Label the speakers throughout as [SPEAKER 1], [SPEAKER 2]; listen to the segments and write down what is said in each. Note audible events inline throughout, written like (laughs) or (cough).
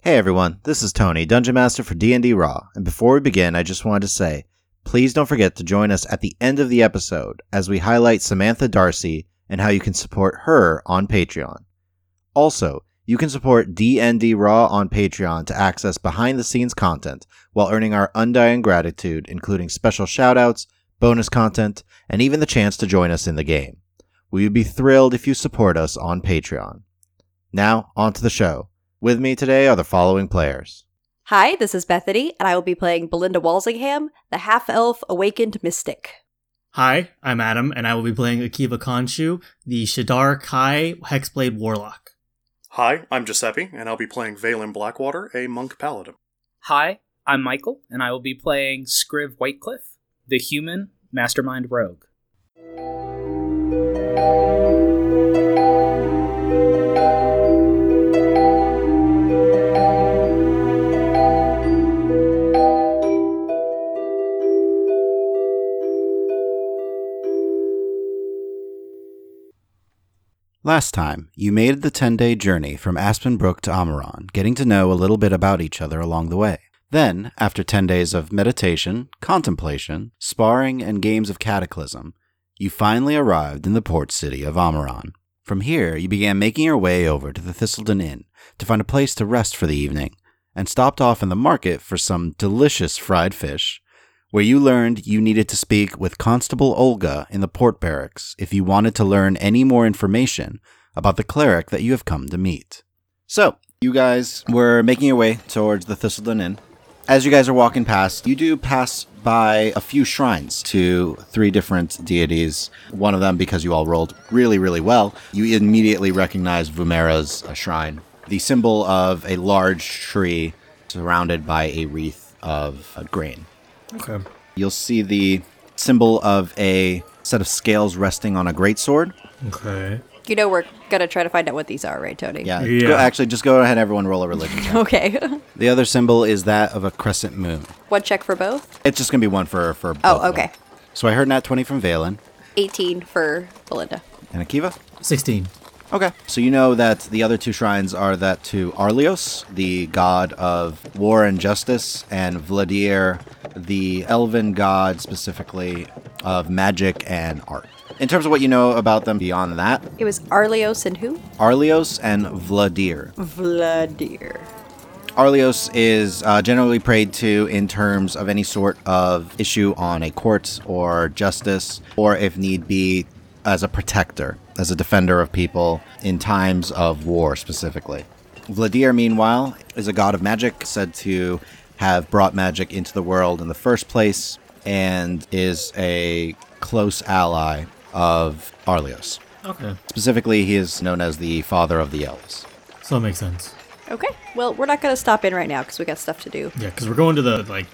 [SPEAKER 1] Hey everyone, this is Tony, Dungeon Master for D&D Raw, and before we begin, I just wanted to say, please don't forget to join us at the end of the episode as we highlight Samantha Darcy and how you can support her on Patreon. Also, you can support D&D Raw on Patreon to access behind-the-scenes content while earning our undying gratitude, including special shoutouts, bonus content, and even the chance to join us in the game. We would be thrilled if you support us on Patreon. Now, on to the show. With me today are the following players.
[SPEAKER 2] Hi, this is Bethany, and I will be playing Belinda Walsingham, the half elf awakened mystic.
[SPEAKER 3] Hi, I'm Adam, and I will be playing Akiva Konshu, the Shadar Kai Hexblade Warlock.
[SPEAKER 4] Hi, I'm Giuseppe, and I'll be playing Valen Blackwater, a monk paladin.
[SPEAKER 5] Hi, I'm Michael, and I will be playing Scriv Whitecliff, the human mastermind rogue.
[SPEAKER 6] Last time, you made the 10 day journey from Aspen Brook to Amaron, getting to know a little bit about each other along the way. Then, after 10 days of meditation, contemplation, sparring, and games of Cataclysm, you finally arrived in the port city of Amaron. From here, you began making your way over to the Thistleton Inn to find a place to rest for the evening, and stopped off in the market for some delicious fried fish, where you learned you needed to speak with Constable Olga in the port barracks if you wanted to learn any more information about the cleric that you have come to meet.
[SPEAKER 1] So, you guys were making your way towards the Thistleton Inn. As you guys are walking past, you do pass by a few shrines to three different deities. One of them, because you all rolled really, really well, you immediately recognize Vumera's uh, shrine, the symbol of a large tree surrounded by a wreath of uh, grain.
[SPEAKER 7] Okay.
[SPEAKER 1] You'll see the symbol of a set of scales resting on a greatsword.
[SPEAKER 7] Okay.
[SPEAKER 2] You know, we're gonna try to find out what these are, right, Tony?
[SPEAKER 1] Yeah.
[SPEAKER 7] Yeah.
[SPEAKER 1] Go, actually, just go ahead, everyone, roll a religion. check.
[SPEAKER 2] (laughs) Okay. (laughs)
[SPEAKER 6] The other symbol is that of a crescent moon.
[SPEAKER 2] One check for both.
[SPEAKER 1] It's just gonna be one for for. both
[SPEAKER 2] Oh,
[SPEAKER 1] of them.
[SPEAKER 2] okay.
[SPEAKER 6] So I heard Nat 20 from Valen
[SPEAKER 2] 18 for Belinda.
[SPEAKER 1] And Akiva.
[SPEAKER 3] 16.
[SPEAKER 1] Okay. So you know that the other two shrines are that to Arlios, the god of war and justice, and Vladir, the elven god specifically of magic and art. In terms of what you know about them beyond that,
[SPEAKER 2] It was Arlios and who?
[SPEAKER 1] Arlios and Vladir.
[SPEAKER 2] Vladir.
[SPEAKER 1] Arlios is uh, generally prayed to in terms of any sort of issue on a court or justice, or if need be, as a protector, as a defender of people in times of war specifically. Vladir, meanwhile, is a god of magic, said to have brought magic into the world in the first place, and is a close ally of Arlios.
[SPEAKER 3] Okay.
[SPEAKER 1] Specifically, he is known as the father of the elves.
[SPEAKER 3] So that makes sense.
[SPEAKER 2] Okay. Well, we're not gonna stop in right now because we got stuff to do.
[SPEAKER 3] Yeah, because we're going to the, like,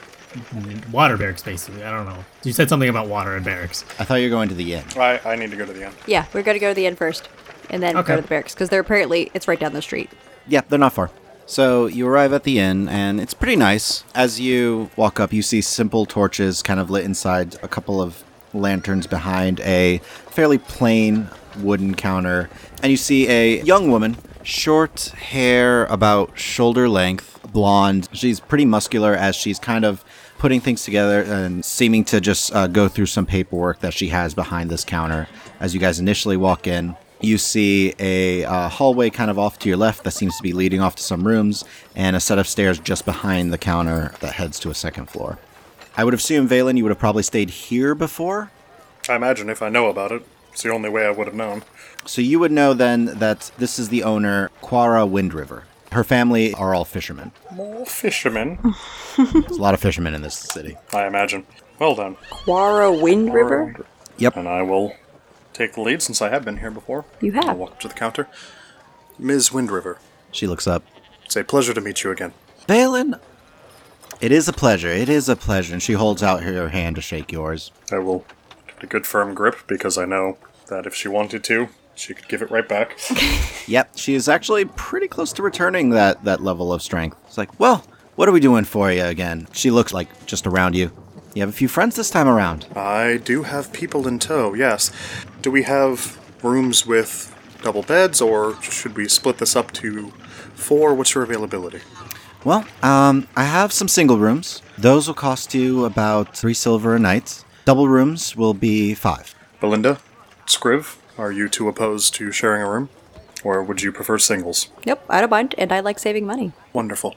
[SPEAKER 3] water barracks, basically. I don't know. You said something about water and barracks.
[SPEAKER 1] I thought you were going to the inn.
[SPEAKER 4] I, I need to go to the end.
[SPEAKER 2] Yeah, we're gonna go to the inn first, and then
[SPEAKER 3] Okay.
[SPEAKER 2] go to the barracks because they're apparently it's right down the street.
[SPEAKER 1] Yeah, they're not far.
[SPEAKER 6] So you arrive at the inn, and it's pretty nice.
[SPEAKER 1] As you walk up, you see simple torches kind of lit inside a couple of lanterns behind a fairly plain wooden counter. And you see a young woman, short hair about shoulder length, blonde. She's pretty muscular as she's kind of putting things together and seeming to just uh, go through some paperwork that she has behind this counter. As you guys initially walk in, you see a uh, hallway kind of off to your left that seems to be leading off to some rooms, and a set of stairs just behind the counter that heads to a second floor. I would assume, Valen, you would have probably stayed here before.
[SPEAKER 4] I imagine if I know about it, it's the only way I would have known.
[SPEAKER 1] So you would know then that this is the owner, Quara Windriver. Her family are all fishermen.
[SPEAKER 4] More
[SPEAKER 2] (laughs)
[SPEAKER 4] fishermen,
[SPEAKER 1] There's a lot of fishermen in this city.
[SPEAKER 4] I imagine. Well then,
[SPEAKER 2] Quara Wind River.
[SPEAKER 1] Yep.
[SPEAKER 4] and I will take the lead since I have been here before.
[SPEAKER 2] You have.
[SPEAKER 4] I'll walk up to the counter. Ms. Windriver,
[SPEAKER 1] She looks up.
[SPEAKER 4] it's a pleasure to meet you again.
[SPEAKER 1] Valen! It is a pleasure. It is a pleasure. And she holds out her hand to shake yours.
[SPEAKER 4] I will get a good firm grip because I know that if she wanted to, she could give it right back.
[SPEAKER 1] Yep, she is actually pretty close to returning that that level of strength. It's like, well, what are we doing for you again? She looks like just around you. You have a few friends this time around.
[SPEAKER 4] I do have people in tow, yes. Do we have rooms with double beds, or should we split this up to four? What's your availability?
[SPEAKER 1] Well, um, I have some single rooms. Those will cost you about three silver a night. Double rooms will be five.
[SPEAKER 4] Belinda, Scriv, are you two opposed to sharing a room? Or would you prefer singles?
[SPEAKER 2] Yep, I don't mind, and I like saving money.
[SPEAKER 4] Wonderful.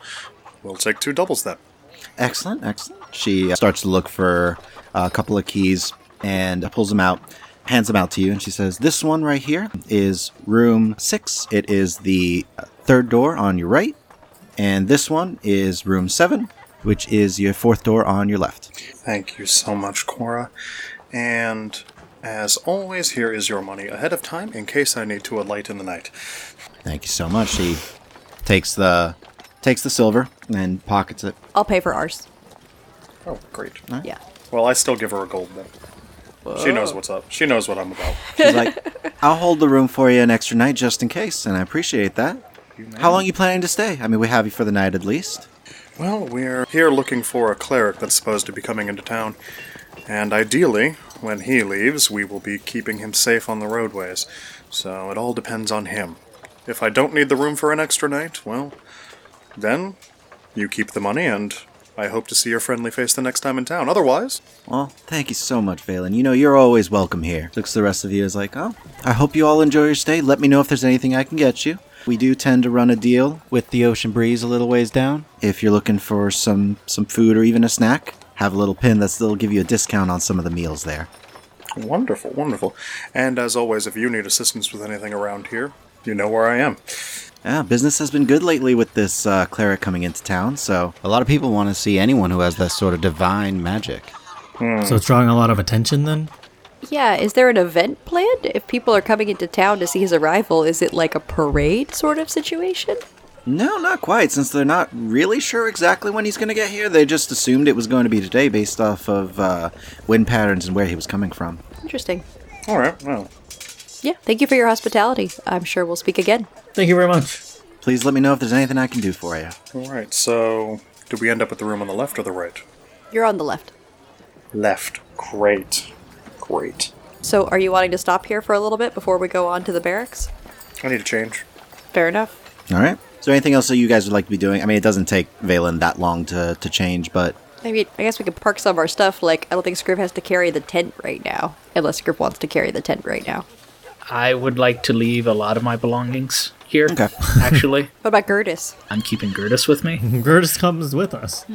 [SPEAKER 4] We'll take two doubles then.
[SPEAKER 1] Excellent, excellent. She uh, starts to look for a couple of keys and uh, pulls them out, hands them out to you, and she says, This one right here is room six. It is the uh, third door on your right. And this one is room seven, which is your fourth door on your left.
[SPEAKER 4] Thank you so much, Cora. And as always, here is your money ahead of time in case I need to alight in the night.
[SPEAKER 1] Thank you so much. She takes the takes the silver and pockets it.
[SPEAKER 2] I'll pay for ours.
[SPEAKER 4] Oh, great.
[SPEAKER 2] Yeah.
[SPEAKER 4] Well, I still give her a gold then. She knows what's up. She knows what I'm about.
[SPEAKER 1] She's like, I'll hold the room for you an extra night just in case, and I appreciate that. How long you planning to stay? I mean, we have you for the night at least.
[SPEAKER 4] Well, we're here looking for a cleric that's supposed to be coming into town. And ideally, when he leaves, we will be keeping him safe on the roadways. So it all depends on him. If I don't need the room for an extra night, well, then you keep the money and I hope to see your friendly face the next time in town. Otherwise,
[SPEAKER 1] Well, thank you so much, Valen. You know, you're always welcome here. Looks the rest of you is like, oh, I hope you all enjoy your stay. Let me know if there's anything I can get you. We do tend to run a deal
[SPEAKER 6] With the ocean breeze a little ways down,
[SPEAKER 1] if you're looking for some some food or even a snack. Have a little pin that's, that'll give you a discount on some of the meals there.
[SPEAKER 4] wonderful, wonderful. And as always, if you need assistance with anything around here, you know where I am.
[SPEAKER 1] Yeah, business has been good lately with this uh, cleric coming into town, so
[SPEAKER 6] a lot of people want to see anyone who has that sort of divine magic.
[SPEAKER 3] So it's drawing a lot of attention then?
[SPEAKER 2] Yeah, is there an event planned? If people are coming into town to see his arrival, is it like a parade sort of situation?
[SPEAKER 1] No, not quite, since they're not really sure exactly when he's going to get here. They just assumed it was going to be today based off of uh, wind patterns and where he was coming from.
[SPEAKER 2] Interesting.
[SPEAKER 4] All right, well,
[SPEAKER 2] Yeah, thank you for your hospitality. I'm sure we'll speak again.
[SPEAKER 3] Thank you very much.
[SPEAKER 1] Please let me know if there's anything I can do for you.
[SPEAKER 4] all right. So, did we end up at the room on the left or the right?
[SPEAKER 2] You're on the left.
[SPEAKER 4] Left. Great. Great.
[SPEAKER 2] So, are you wanting to stop here for a little bit before we go on to the barracks?
[SPEAKER 4] I need to change.
[SPEAKER 2] Fair enough.
[SPEAKER 1] All right. Is there anything else that you guys would like to be doing? I mean, it doesn't take Valen that long to, to change, but
[SPEAKER 2] I mean, I guess we could park some of our stuff. Like, I don't think Scrib has to carry the tent right now, unless Scrib wants to carry the tent right now.
[SPEAKER 5] I would like to leave a lot of my belongings here.
[SPEAKER 1] Okay.
[SPEAKER 5] (laughs) actually,
[SPEAKER 2] What about Gertis?
[SPEAKER 5] I'm keeping Gertis
[SPEAKER 3] (laughs)
[SPEAKER 5] with me.
[SPEAKER 3] Gertis comes with us.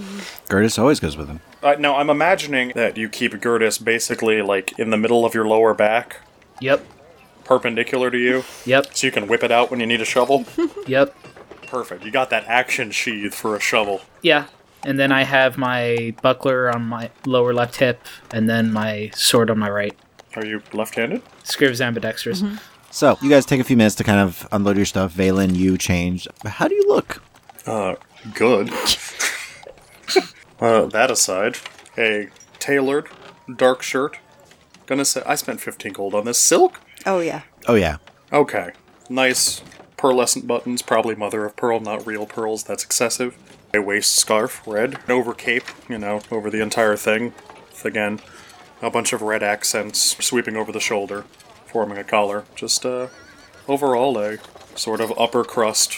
[SPEAKER 1] Gertis always goes with him.
[SPEAKER 4] Uh, now, I'm imagining that you keep Gertis basically like in the middle of your lower back,
[SPEAKER 5] Yep.
[SPEAKER 4] perpendicular to you,
[SPEAKER 5] Yep.
[SPEAKER 4] so you can whip it out when you need a shovel.
[SPEAKER 5] Yep.
[SPEAKER 4] Perfect. You got that action sheath for a shovel.
[SPEAKER 5] Yeah. And then I have my buckler on my lower left hip, and then my sword on my right.
[SPEAKER 4] Are you left-handed?
[SPEAKER 5] Scriv's ambidextrous.
[SPEAKER 1] So, you guys take a few minutes to kind of unload your stuff. Valen, you change. How do you look?
[SPEAKER 4] Uh, (laughs) good. uh, that aside, a tailored dark shirt. Gonna say I spent 15 gold on this silk.
[SPEAKER 2] Oh, yeah.
[SPEAKER 1] Oh, yeah.
[SPEAKER 4] Okay. Nice pearlescent buttons, probably mother of pearl, not real pearls, that's excessive. A waist scarf, red. An over cape, you know, over the entire thing. Again, a bunch of red accents sweeping over the shoulder, forming a collar. Just, uh, overall a sort of upper crust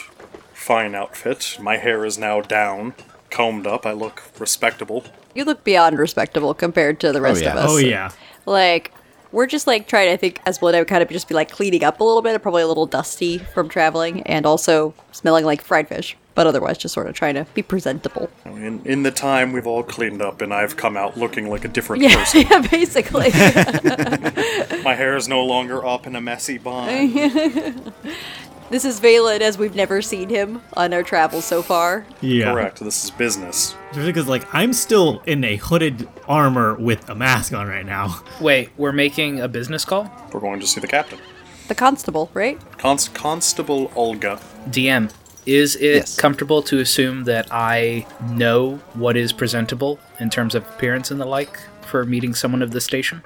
[SPEAKER 4] fine outfit. My hair is now down, combed up. I look respectable.
[SPEAKER 2] You look beyond respectable compared to the rest
[SPEAKER 6] yeah.
[SPEAKER 2] of us.
[SPEAKER 3] Oh, yeah.
[SPEAKER 2] Like, we're just like trying to I think as well. I would kind of just be like cleaning up a little bit, probably a little dusty from traveling, and also smelling like fried fish. But otherwise, just sort of trying to be presentable.
[SPEAKER 4] In, in the time we've all cleaned up and I've come out looking like a different
[SPEAKER 2] Yeah,
[SPEAKER 4] person.
[SPEAKER 2] (laughs) yeah basically.
[SPEAKER 4] My hair is no longer up in a messy bun.
[SPEAKER 2] this is Valen as we've never seen him on our travels so far.
[SPEAKER 3] Yeah.
[SPEAKER 4] Correct. This is business.
[SPEAKER 3] Because, like, I'm still in a hooded armor with a mask on right now. (laughs)
[SPEAKER 5] Wait, we're making a business call?
[SPEAKER 4] We're going to see the captain.
[SPEAKER 2] The constable, right?
[SPEAKER 4] Const- Constable Olga.
[SPEAKER 5] DM, is it
[SPEAKER 1] Yes.
[SPEAKER 5] comfortable to assume that I know what is presentable in terms of appearance and the like for meeting someone of this station?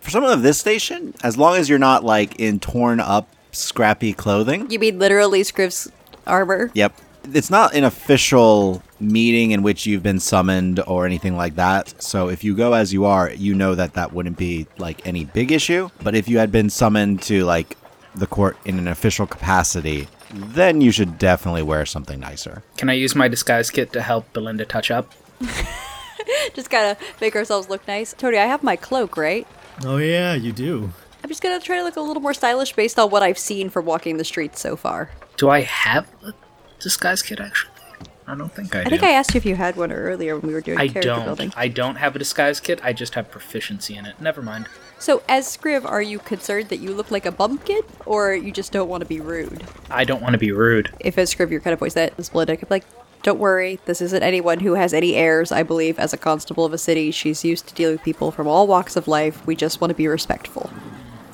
[SPEAKER 1] For someone of this station, as long as you're not, like, in torn up, scrappy clothing.
[SPEAKER 2] You mean literally Scriv's armor? (laughs)
[SPEAKER 1] Yep. It's not an official meeting in which you've been summoned or anything like that. So if you go as you are, you know that that wouldn't be like any big issue. But if you had been summoned to like the court in an official capacity, then you should definitely wear something nicer.
[SPEAKER 5] Can I use my disguise kit to help Belinda touch up?
[SPEAKER 2] Just gotta make ourselves look nice. Tony, I have my cloak, right?
[SPEAKER 3] Oh yeah, you do.
[SPEAKER 2] I'm just gonna try to look a little more stylish based on what I've seen from walking the streets so far.
[SPEAKER 5] Do I have a disguise kit actually? I don't think I do.
[SPEAKER 2] I think I asked you if you had one earlier when we were doing
[SPEAKER 5] I
[SPEAKER 2] character
[SPEAKER 5] don't.
[SPEAKER 2] building.
[SPEAKER 5] I don't have a disguise kit. I just have proficiency in it. Never mind.
[SPEAKER 2] So, as Scriv, are you concerned that you look like a bumpkin, or you just don't want to be rude?
[SPEAKER 5] I don't want to be
[SPEAKER 2] (laughs)
[SPEAKER 5] rude.
[SPEAKER 2] If as Scriv, you're kind of voice that is split, I could be like, don't worry, this isn't anyone who has any airs, I believe, as a constable of a city. She's used to dealing with people from all walks of life. We just want to be respectful.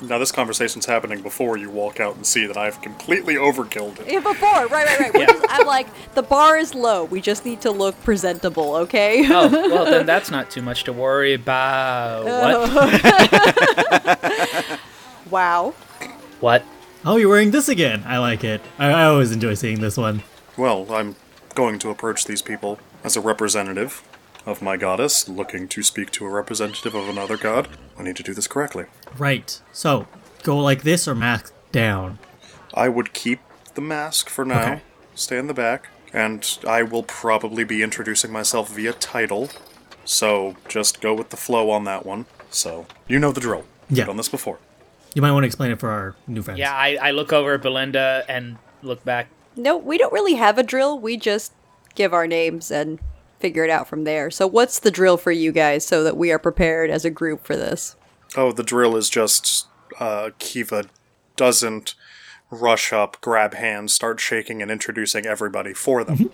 [SPEAKER 4] Now, this conversation's happening before you walk out and see that I've completely overkilled it.
[SPEAKER 2] Yeah, before, right, right, right. We're just- I'm like, the bar is low. We just need to look presentable, okay?
[SPEAKER 5] Oh, well then that's not too much to worry about.
[SPEAKER 2] Oh.
[SPEAKER 5] What?
[SPEAKER 2] (laughs) wow.
[SPEAKER 5] What?
[SPEAKER 3] Oh, you're wearing this again. I like it. I, I always enjoy seeing this one.
[SPEAKER 4] Well, I'm going to approach these people as a representative of my goddess, looking to speak to a representative of another god. I need to do this correctly.
[SPEAKER 3] Right. So go like this or mask down.
[SPEAKER 4] I would keep the mask for now,
[SPEAKER 3] Okay.
[SPEAKER 4] stay in the back, and I will probably be introducing myself via title. So just go with the flow on that one. So you know the drill.
[SPEAKER 3] Yeah.
[SPEAKER 4] We've done this before.
[SPEAKER 3] You might want to explain it for our new friends.
[SPEAKER 5] Yeah, I, I look over at Belinda and look back.
[SPEAKER 2] No, we don't really have a drill. We just give our names and figure it out from there. So, what's the drill for you guys so that we are prepared as a group for this?
[SPEAKER 4] Oh, the drill is just uh, Kiva doesn't rush up, grab hands, start shaking, and introducing everybody for them.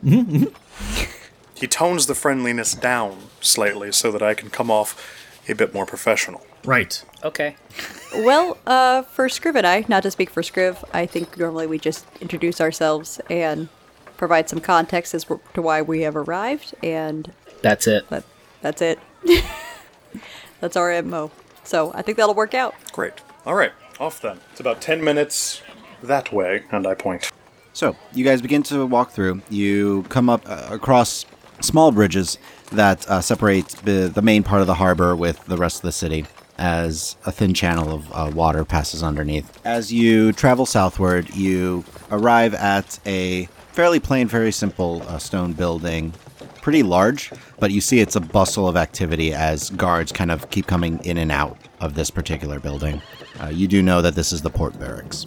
[SPEAKER 4] he tones the friendliness down slightly so that I can come off a bit more professional.
[SPEAKER 3] Right.
[SPEAKER 5] Okay.
[SPEAKER 2] Well, uh, for Scriv and I, not to speak for Scriv, I think normally we just introduce ourselves and provide some context as w- to why we have arrived, and
[SPEAKER 5] That's it.
[SPEAKER 2] that that's it. (laughs) that's our MO. So I think that'll work out.
[SPEAKER 4] Great. All right, off then. It's about 10 minutes that way, and I point.
[SPEAKER 1] So you guys begin to walk through. You come up uh, across small bridges that uh, separate the, the main part of the harbor with the rest of the city as a thin channel of uh, water passes underneath. As you travel southward, you arrive at a fairly plain, very simple uh, stone building. Pretty large, but you see it's a bustle of activity as guards kind of keep coming in and out of this particular building. Uh, you do know that this is the port barracks.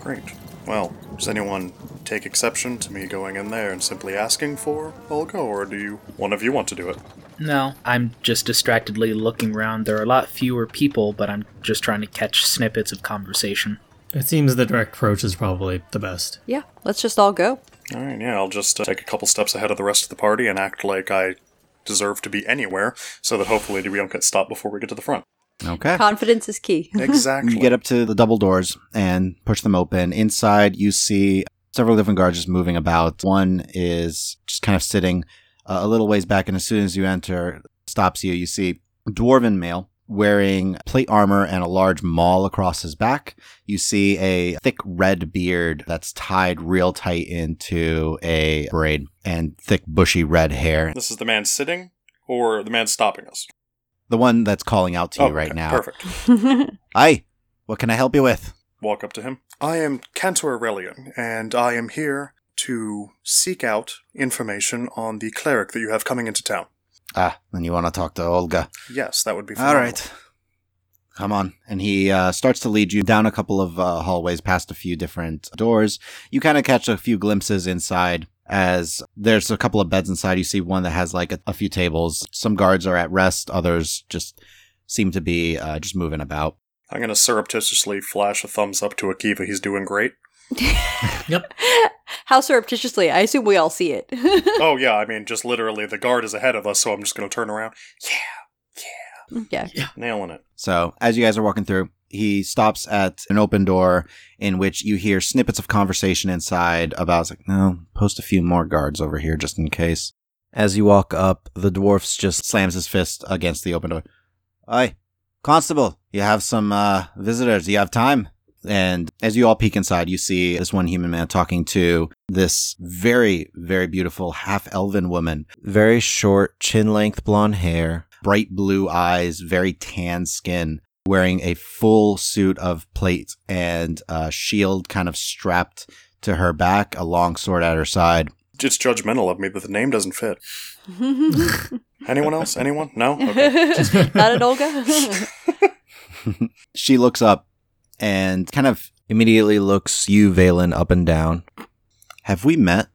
[SPEAKER 4] Great. Well, does anyone take exception to me going in there and simply asking for Olga, or do you one of you want to do it?
[SPEAKER 5] No, I'm just distractedly looking around. There are a lot fewer people, but I'm just trying to catch snippets of conversation.
[SPEAKER 3] It seems the direct approach is probably the best. (laughs)
[SPEAKER 2] Yeah, let's just all go.
[SPEAKER 4] All right, yeah, I'll just uh, take a couple steps ahead of the rest of the party and act like I deserve to be anywhere so that hopefully we don't get stopped before we get to the front.
[SPEAKER 1] Okay.
[SPEAKER 2] Confidence is key. (laughs)
[SPEAKER 4] Exactly.
[SPEAKER 1] (laughs) You get up to the double doors and push them open. Inside, you see several different guards just moving about. One is just kind of sitting uh, a little ways back, and as soon as you enter, stops you. You see a dwarven male wearing plate armor and a large maul across his back. You see a thick red beard that's tied real tight into a braid and thick bushy red hair.
[SPEAKER 4] This is the man sitting or the man stopping us?
[SPEAKER 1] The one that's calling out to you right
[SPEAKER 4] Oh, okay,
[SPEAKER 1] now.
[SPEAKER 4] Perfect.
[SPEAKER 1] Hi, what can I help you with?
[SPEAKER 4] Walk up to him. I am Cantor Aurelian, and I am here to seek out information on the cleric that you have coming into town.
[SPEAKER 1] Ah, then you want to talk to Olga.
[SPEAKER 4] Yes, that would be
[SPEAKER 1] All
[SPEAKER 4] phenomenal.
[SPEAKER 1] right. Come on. And he uh, starts to lead you down a couple of uh, hallways past a few different doors. You kind of catch a few glimpses inside as there's a couple of beds inside. You see one that has like a, a few tables. Some guards are at rest, others just seem to be uh, just moving about.
[SPEAKER 4] I'm going to surreptitiously flash a thumbs up to Akiva. He's doing great.
[SPEAKER 3] Yep.
[SPEAKER 2] How surreptitiously? I assume we all see (laughs) it.
[SPEAKER 4] oh, yeah, I mean, just literally, the guard is ahead of us, so I'm just going to turn around.
[SPEAKER 2] yeah.
[SPEAKER 4] Nailing it.
[SPEAKER 1] So as you guys are walking through, he stops at an open door in which you hear snippets of conversation inside about it's like, no, post a few more guards over here just in case. As you walk up, the dwarfs just slams his fist against the open door. Aye, constable, you have some uh, visitors. Do you have time? And as you all peek inside, you see this one human man talking to this very, very beautiful half elven woman. Very short, chin length blonde hair, bright blue eyes, very tan skin, wearing a full suit of plate and uh, shield kind of strapped to her back, a long sword at her side.
[SPEAKER 4] It's judgmental of me, but the name doesn't fit. Anyone else? Anyone? No?
[SPEAKER 2] (laughs)
[SPEAKER 4] Okay.
[SPEAKER 2] Not an Olga. (laughs)
[SPEAKER 1] She looks up and kind of immediately looks you, Valen, up and down. Have we met?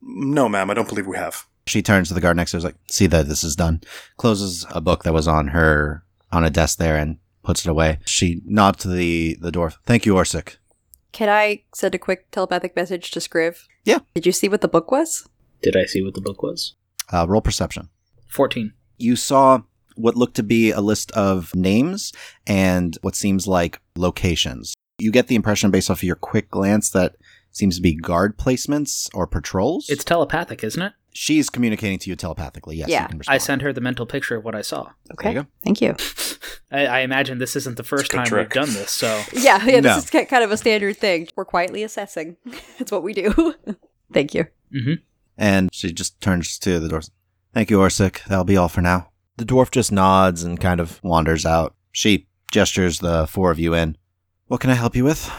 [SPEAKER 4] No, ma'am, I don't believe we have.
[SPEAKER 1] She turns to the guard next to her, is like, see that this is done. Closes a book that was on her on a desk there and puts it away. She nods to the the dwarf. Thank you, Orsic.
[SPEAKER 2] Can I send a quick telepathic message to Scriv?
[SPEAKER 1] Yeah.
[SPEAKER 2] Did you see what the book was?
[SPEAKER 5] Did I see what the book was?
[SPEAKER 1] Uh, roll perception.
[SPEAKER 5] 14.
[SPEAKER 1] You saw what looked to be a list of names and what seems like locations. You get the impression based off of your quick glance that seems to be guard placements or patrols.
[SPEAKER 5] It's telepathic, isn't it?
[SPEAKER 1] she's communicating to you telepathically. Yes,
[SPEAKER 2] Yeah.
[SPEAKER 1] you can respond.
[SPEAKER 5] I sent her the mental picture of what I saw.
[SPEAKER 2] Okay.
[SPEAKER 1] you go.
[SPEAKER 2] Thank you.
[SPEAKER 5] I, I imagine this isn't the first
[SPEAKER 4] good
[SPEAKER 5] time
[SPEAKER 4] trick.
[SPEAKER 5] we've done this, so
[SPEAKER 2] Yeah, yeah,
[SPEAKER 1] No.
[SPEAKER 2] this is ki- kind of a standard thing. We're quietly assessing. (laughs) That's what we do. (laughs) Thank you.
[SPEAKER 1] And she just turns to the dwarf. Thank you, Orsic. That'll be all for now. The dwarf just nods and kind of wanders out. She gestures the four of you in. What can I help you with?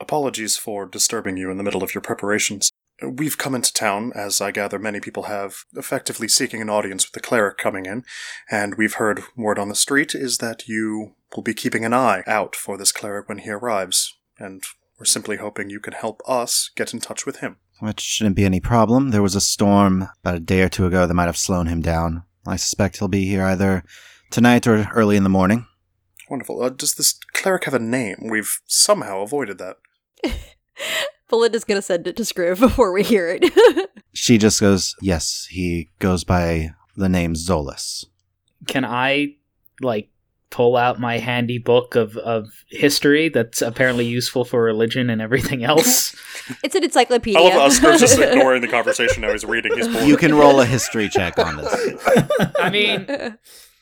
[SPEAKER 4] Apologies for disturbing you in the middle of your preparations. We've come into town, as I gather many people have, effectively seeking an audience with the cleric coming in, and we've heard word on the street is that you will be keeping an eye out for this cleric when he arrives, and we're simply hoping you can help us get in touch with him.
[SPEAKER 1] Which shouldn't be any problem. There was a storm about a day or two ago that might have slown him down. I suspect he'll be here either tonight or early in the morning.
[SPEAKER 4] Wonderful. Uh, does this cleric have a name? We've somehow avoided that.
[SPEAKER 2] Belinda's gonna send it to Scriv (laughs) before we hear it. (laughs)
[SPEAKER 1] She just goes, Yes, he goes by the name Zolas.
[SPEAKER 5] can I like pull out my handy book of, of history that's apparently useful for religion and everything else?
[SPEAKER 2] it's an encyclopedia.
[SPEAKER 4] I love
[SPEAKER 2] (laughs)
[SPEAKER 4] us just ignoring the conversation now. He's reading. He's bored.
[SPEAKER 1] You can roll a history check on this.
[SPEAKER 5] I mean,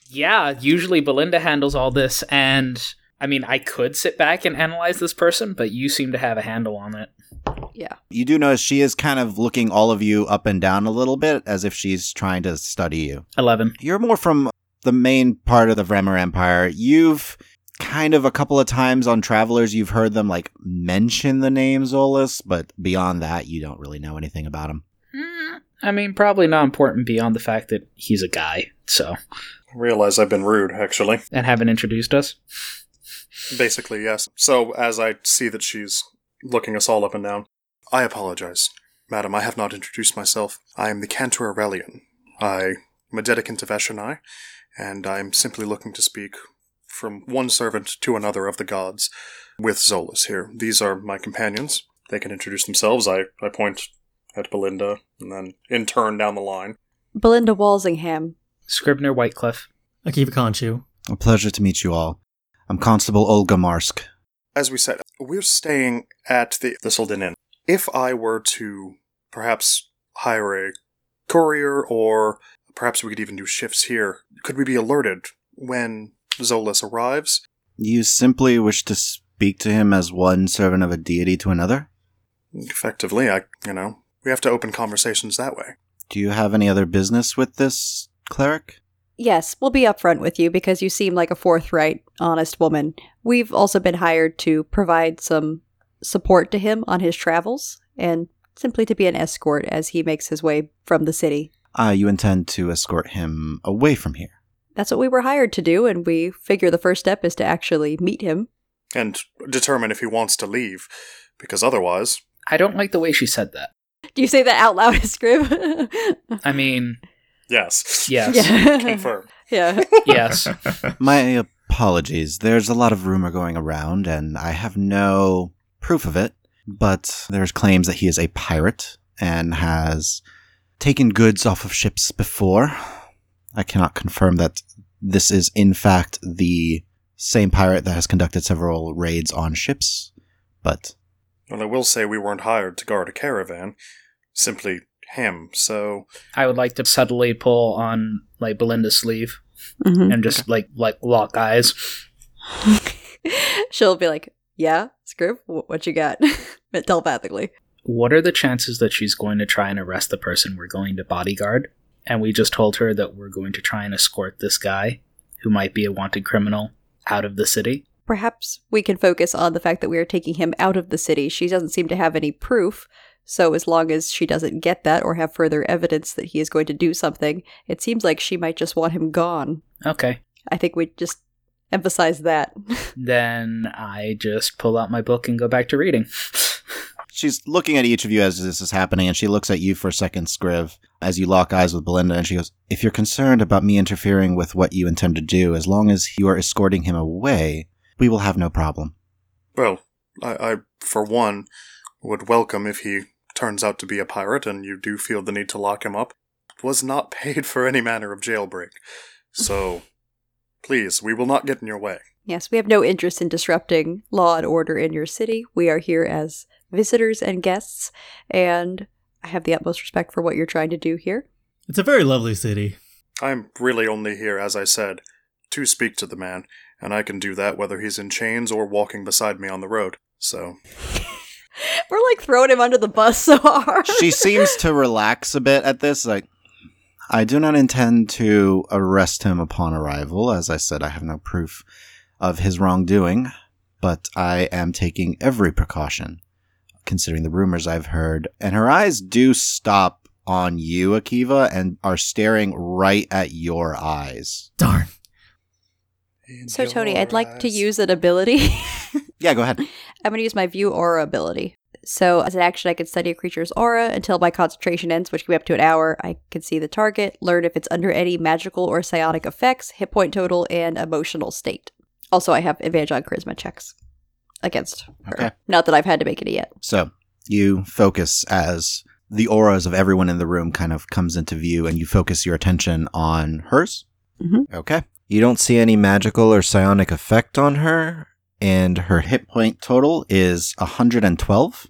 [SPEAKER 5] yeah, usually Belinda handles all this and I mean, I could sit back and analyze this person, but you seem to have a handle on it.
[SPEAKER 2] (laughs) yeah.
[SPEAKER 1] You do notice she is kind of looking all of you up and down a little bit as if she's trying to study you.
[SPEAKER 5] 11.
[SPEAKER 1] You're more from the main part of the Vremmer Empire. You've kind of a couple of times on Travelers, you've heard them like mention the name Zolas, but beyond that, you don't really know anything about him.
[SPEAKER 5] Mm, I mean, probably not important beyond the fact that he's a guy, so.
[SPEAKER 4] Realize I've been rude, actually.
[SPEAKER 5] And haven't introduced us.
[SPEAKER 4] Basically, yes. So, as I see that she's looking us all up and down, I apologize. Madam, I have not introduced myself. I am the Cantor Aurelian. I am a dedicant of Eshenai, and I am simply looking to speak from one servant to another of the gods with Zolas here. These are my companions. They can introduce themselves. I, I point at Belinda, and then in turn down the line.
[SPEAKER 2] Belinda Walsingham.
[SPEAKER 5] Scribner Whitecliff.
[SPEAKER 3] Akiva Conchu.
[SPEAKER 1] A pleasure to meet you all. I'm Constable Olga Marsk.
[SPEAKER 4] as we said, we're staying at the Thistleton Inn. If I were to perhaps hire a courier, or perhaps we could even do shifts here, could we be alerted when Zolas arrives?
[SPEAKER 1] You simply wish to speak to him as one servant of a deity to another?
[SPEAKER 4] Effectively, I, you know, we have to open conversations that way.
[SPEAKER 1] Do you have any other business with this cleric?
[SPEAKER 2] Yes, we'll be upfront with you because you seem like a forthright, honest woman. We've also been hired to provide some support to him on his travels and simply to be an escort as he makes his way from the city.
[SPEAKER 1] Ah, you intend to escort him away from here.
[SPEAKER 2] That's what we were hired to do, and we figure the first step is to actually meet him.
[SPEAKER 4] And determine if he wants to leave, because otherwise,
[SPEAKER 5] I don't like the way she said that.
[SPEAKER 2] Do you say that out loud, (laughs) Scrib?
[SPEAKER 5] I mean,
[SPEAKER 4] yes. (laughs)
[SPEAKER 5] yes.
[SPEAKER 2] yeah.
[SPEAKER 4] Confirm.
[SPEAKER 2] (laughs) yeah.
[SPEAKER 5] yes.
[SPEAKER 1] (laughs) My apologies. There's a lot of rumor going around, and I have no proof of it, but there's claims that he is a pirate and has taken goods off of ships before. I cannot confirm that this is, in fact, the same pirate that has conducted several raids on ships, but
[SPEAKER 4] Well, I will say we weren't hired to guard a caravan, simply him, so
[SPEAKER 5] I would like to subtly pull on like Belinda's sleeve and just like like lock eyes.
[SPEAKER 2] (laughs) She'll be like, "Yeah, Scrib, wh- what you got?" (laughs) but telepathically.
[SPEAKER 5] What are the chances that she's going to try and arrest the person we're going to bodyguard? And we just told her that we're going to try and escort this guy, who might be a wanted criminal, out of the city.
[SPEAKER 2] Perhaps we can focus on the fact that we are taking him out of the city. She doesn't seem to have any proof, so as long as she doesn't get that or have further evidence that he is going to do something, it seems like she might just want him gone.
[SPEAKER 5] Okay.
[SPEAKER 2] I think we just emphasize that. (laughs)
[SPEAKER 5] Then I just pull out my book and go back to reading. (laughs)
[SPEAKER 1] She's looking at each of you as this is happening, and she looks at you for a second, Scriv, as you lock eyes with Belinda, and she goes, If you're concerned about me interfering with what you intend to do, as long as you are escorting him away, we will have no problem.
[SPEAKER 4] Well, I, I, for one, would welcome if he turns out to be a pirate and you do feel the need to lock him up. Was not (laughs) paid for any manner of jailbreak. So, please, we will not get in your way.
[SPEAKER 2] Yes, we have no interest in disrupting law and order in your city. We are here as visitors and guests, and I have the utmost respect for what you're trying to do here.
[SPEAKER 3] It's a very lovely city.
[SPEAKER 4] I'm really only here, as I said, to speak to the man, and I can do that whether he's in chains or walking beside me on the road. So,
[SPEAKER 2] We're like throwing him under the bus so hard.
[SPEAKER 1] She seems to relax a bit at this, like, I do not intend to arrest him upon arrival. As I said, I have no proof of his wrongdoing, but I am taking every precaution, considering the rumors I've heard. And her eyes do stop on you, Akiva, and are staring right at your eyes.
[SPEAKER 3] Darn.
[SPEAKER 2] (laughs) so Tony, I'd like to use an ability.
[SPEAKER 1] Yeah, go ahead.
[SPEAKER 2] I'm going to use my view aura ability. So, as an action, I can study a creature's aura until my concentration ends, which can be up to an hour. I can see the target, learn if it's under any magical or psionic effects, hit point total, and emotional state. Also, I have advantage on charisma checks against her.
[SPEAKER 1] Okay.
[SPEAKER 2] Not that I've had to
[SPEAKER 1] (laughs)
[SPEAKER 2] make any yet.
[SPEAKER 1] So you focus as the auras of everyone in the room kind of comes into view, and you focus your attention on hers.
[SPEAKER 2] Mhm.
[SPEAKER 1] Okay. You don't see any magical or psionic effect on her, and her hit point total is 112.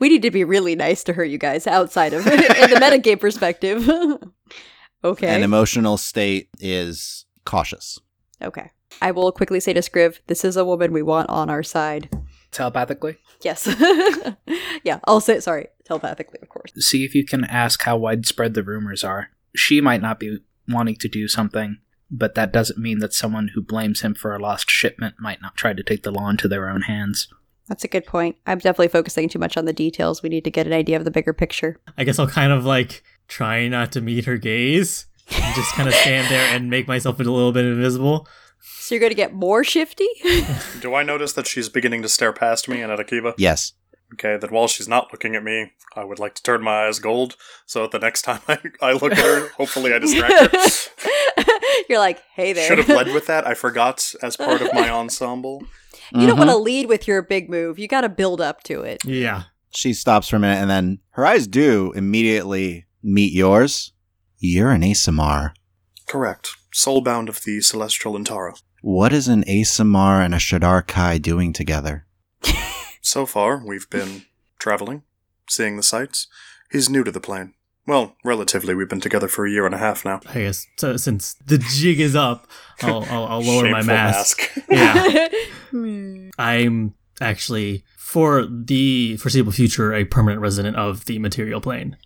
[SPEAKER 2] we need to be really nice to her, you guys, outside of in the
[SPEAKER 1] (laughs)
[SPEAKER 2] metagame perspective. (laughs) okay.
[SPEAKER 1] And emotional state is cautious.
[SPEAKER 2] okay. I will quickly say to Scriv, this is a woman we want on our side.
[SPEAKER 5] Telepathically.
[SPEAKER 2] Yes. (laughs) yeah, I'll say sorry, telepathically, of course.
[SPEAKER 5] See if you can ask how widespread the rumors are. She might not be wanting to do something, but that doesn't mean that someone who blames him for a lost shipment might not try to take the law into their own hands.
[SPEAKER 2] That's a good point. I'm definitely focusing too much on the details. We need to get an idea of the bigger
[SPEAKER 4] (laughs)
[SPEAKER 2] picture.
[SPEAKER 3] I guess I'll kind of like try not to meet her gaze and just kind of stand there and make myself a little bit invisible.
[SPEAKER 2] So you're going to get more shifty?
[SPEAKER 4] do I notice that she's beginning to stare past me and at Akiva?
[SPEAKER 1] Yes.
[SPEAKER 4] Okay, that while she's not looking at me, I would like to turn my eyes gold so that the next (laughs) time I, I look at her, hopefully I distract her.
[SPEAKER 2] (laughs) you're like, (laughs) hey there.
[SPEAKER 4] Should have led with that. I forgot as part of my ensemble.
[SPEAKER 2] (laughs) you
[SPEAKER 1] Mm-hmm.
[SPEAKER 2] don't
[SPEAKER 4] Mm-hmm.
[SPEAKER 2] want to lead with your big move. You got to build up to it.
[SPEAKER 3] Yeah.
[SPEAKER 1] She stops for a minute, and then her eyes do immediately meet yours. You're an ASMR.
[SPEAKER 4] Correct. Soulbound of the Celestial Intara.
[SPEAKER 1] What is an ASMR and a Shadar Kai doing together?
[SPEAKER 4] So far, we've been traveling, seeing the sights. He's new to the plane. Well, relatively, we've been together for a year and a half now.
[SPEAKER 3] I guess so, since the jig is up, I'll, I'll, I'll lower my
[SPEAKER 4] Shameful
[SPEAKER 3] mask. Yeah. (laughs)
[SPEAKER 2] Hmm.
[SPEAKER 3] I'm actually, for the foreseeable future, a permanent resident of the material plane.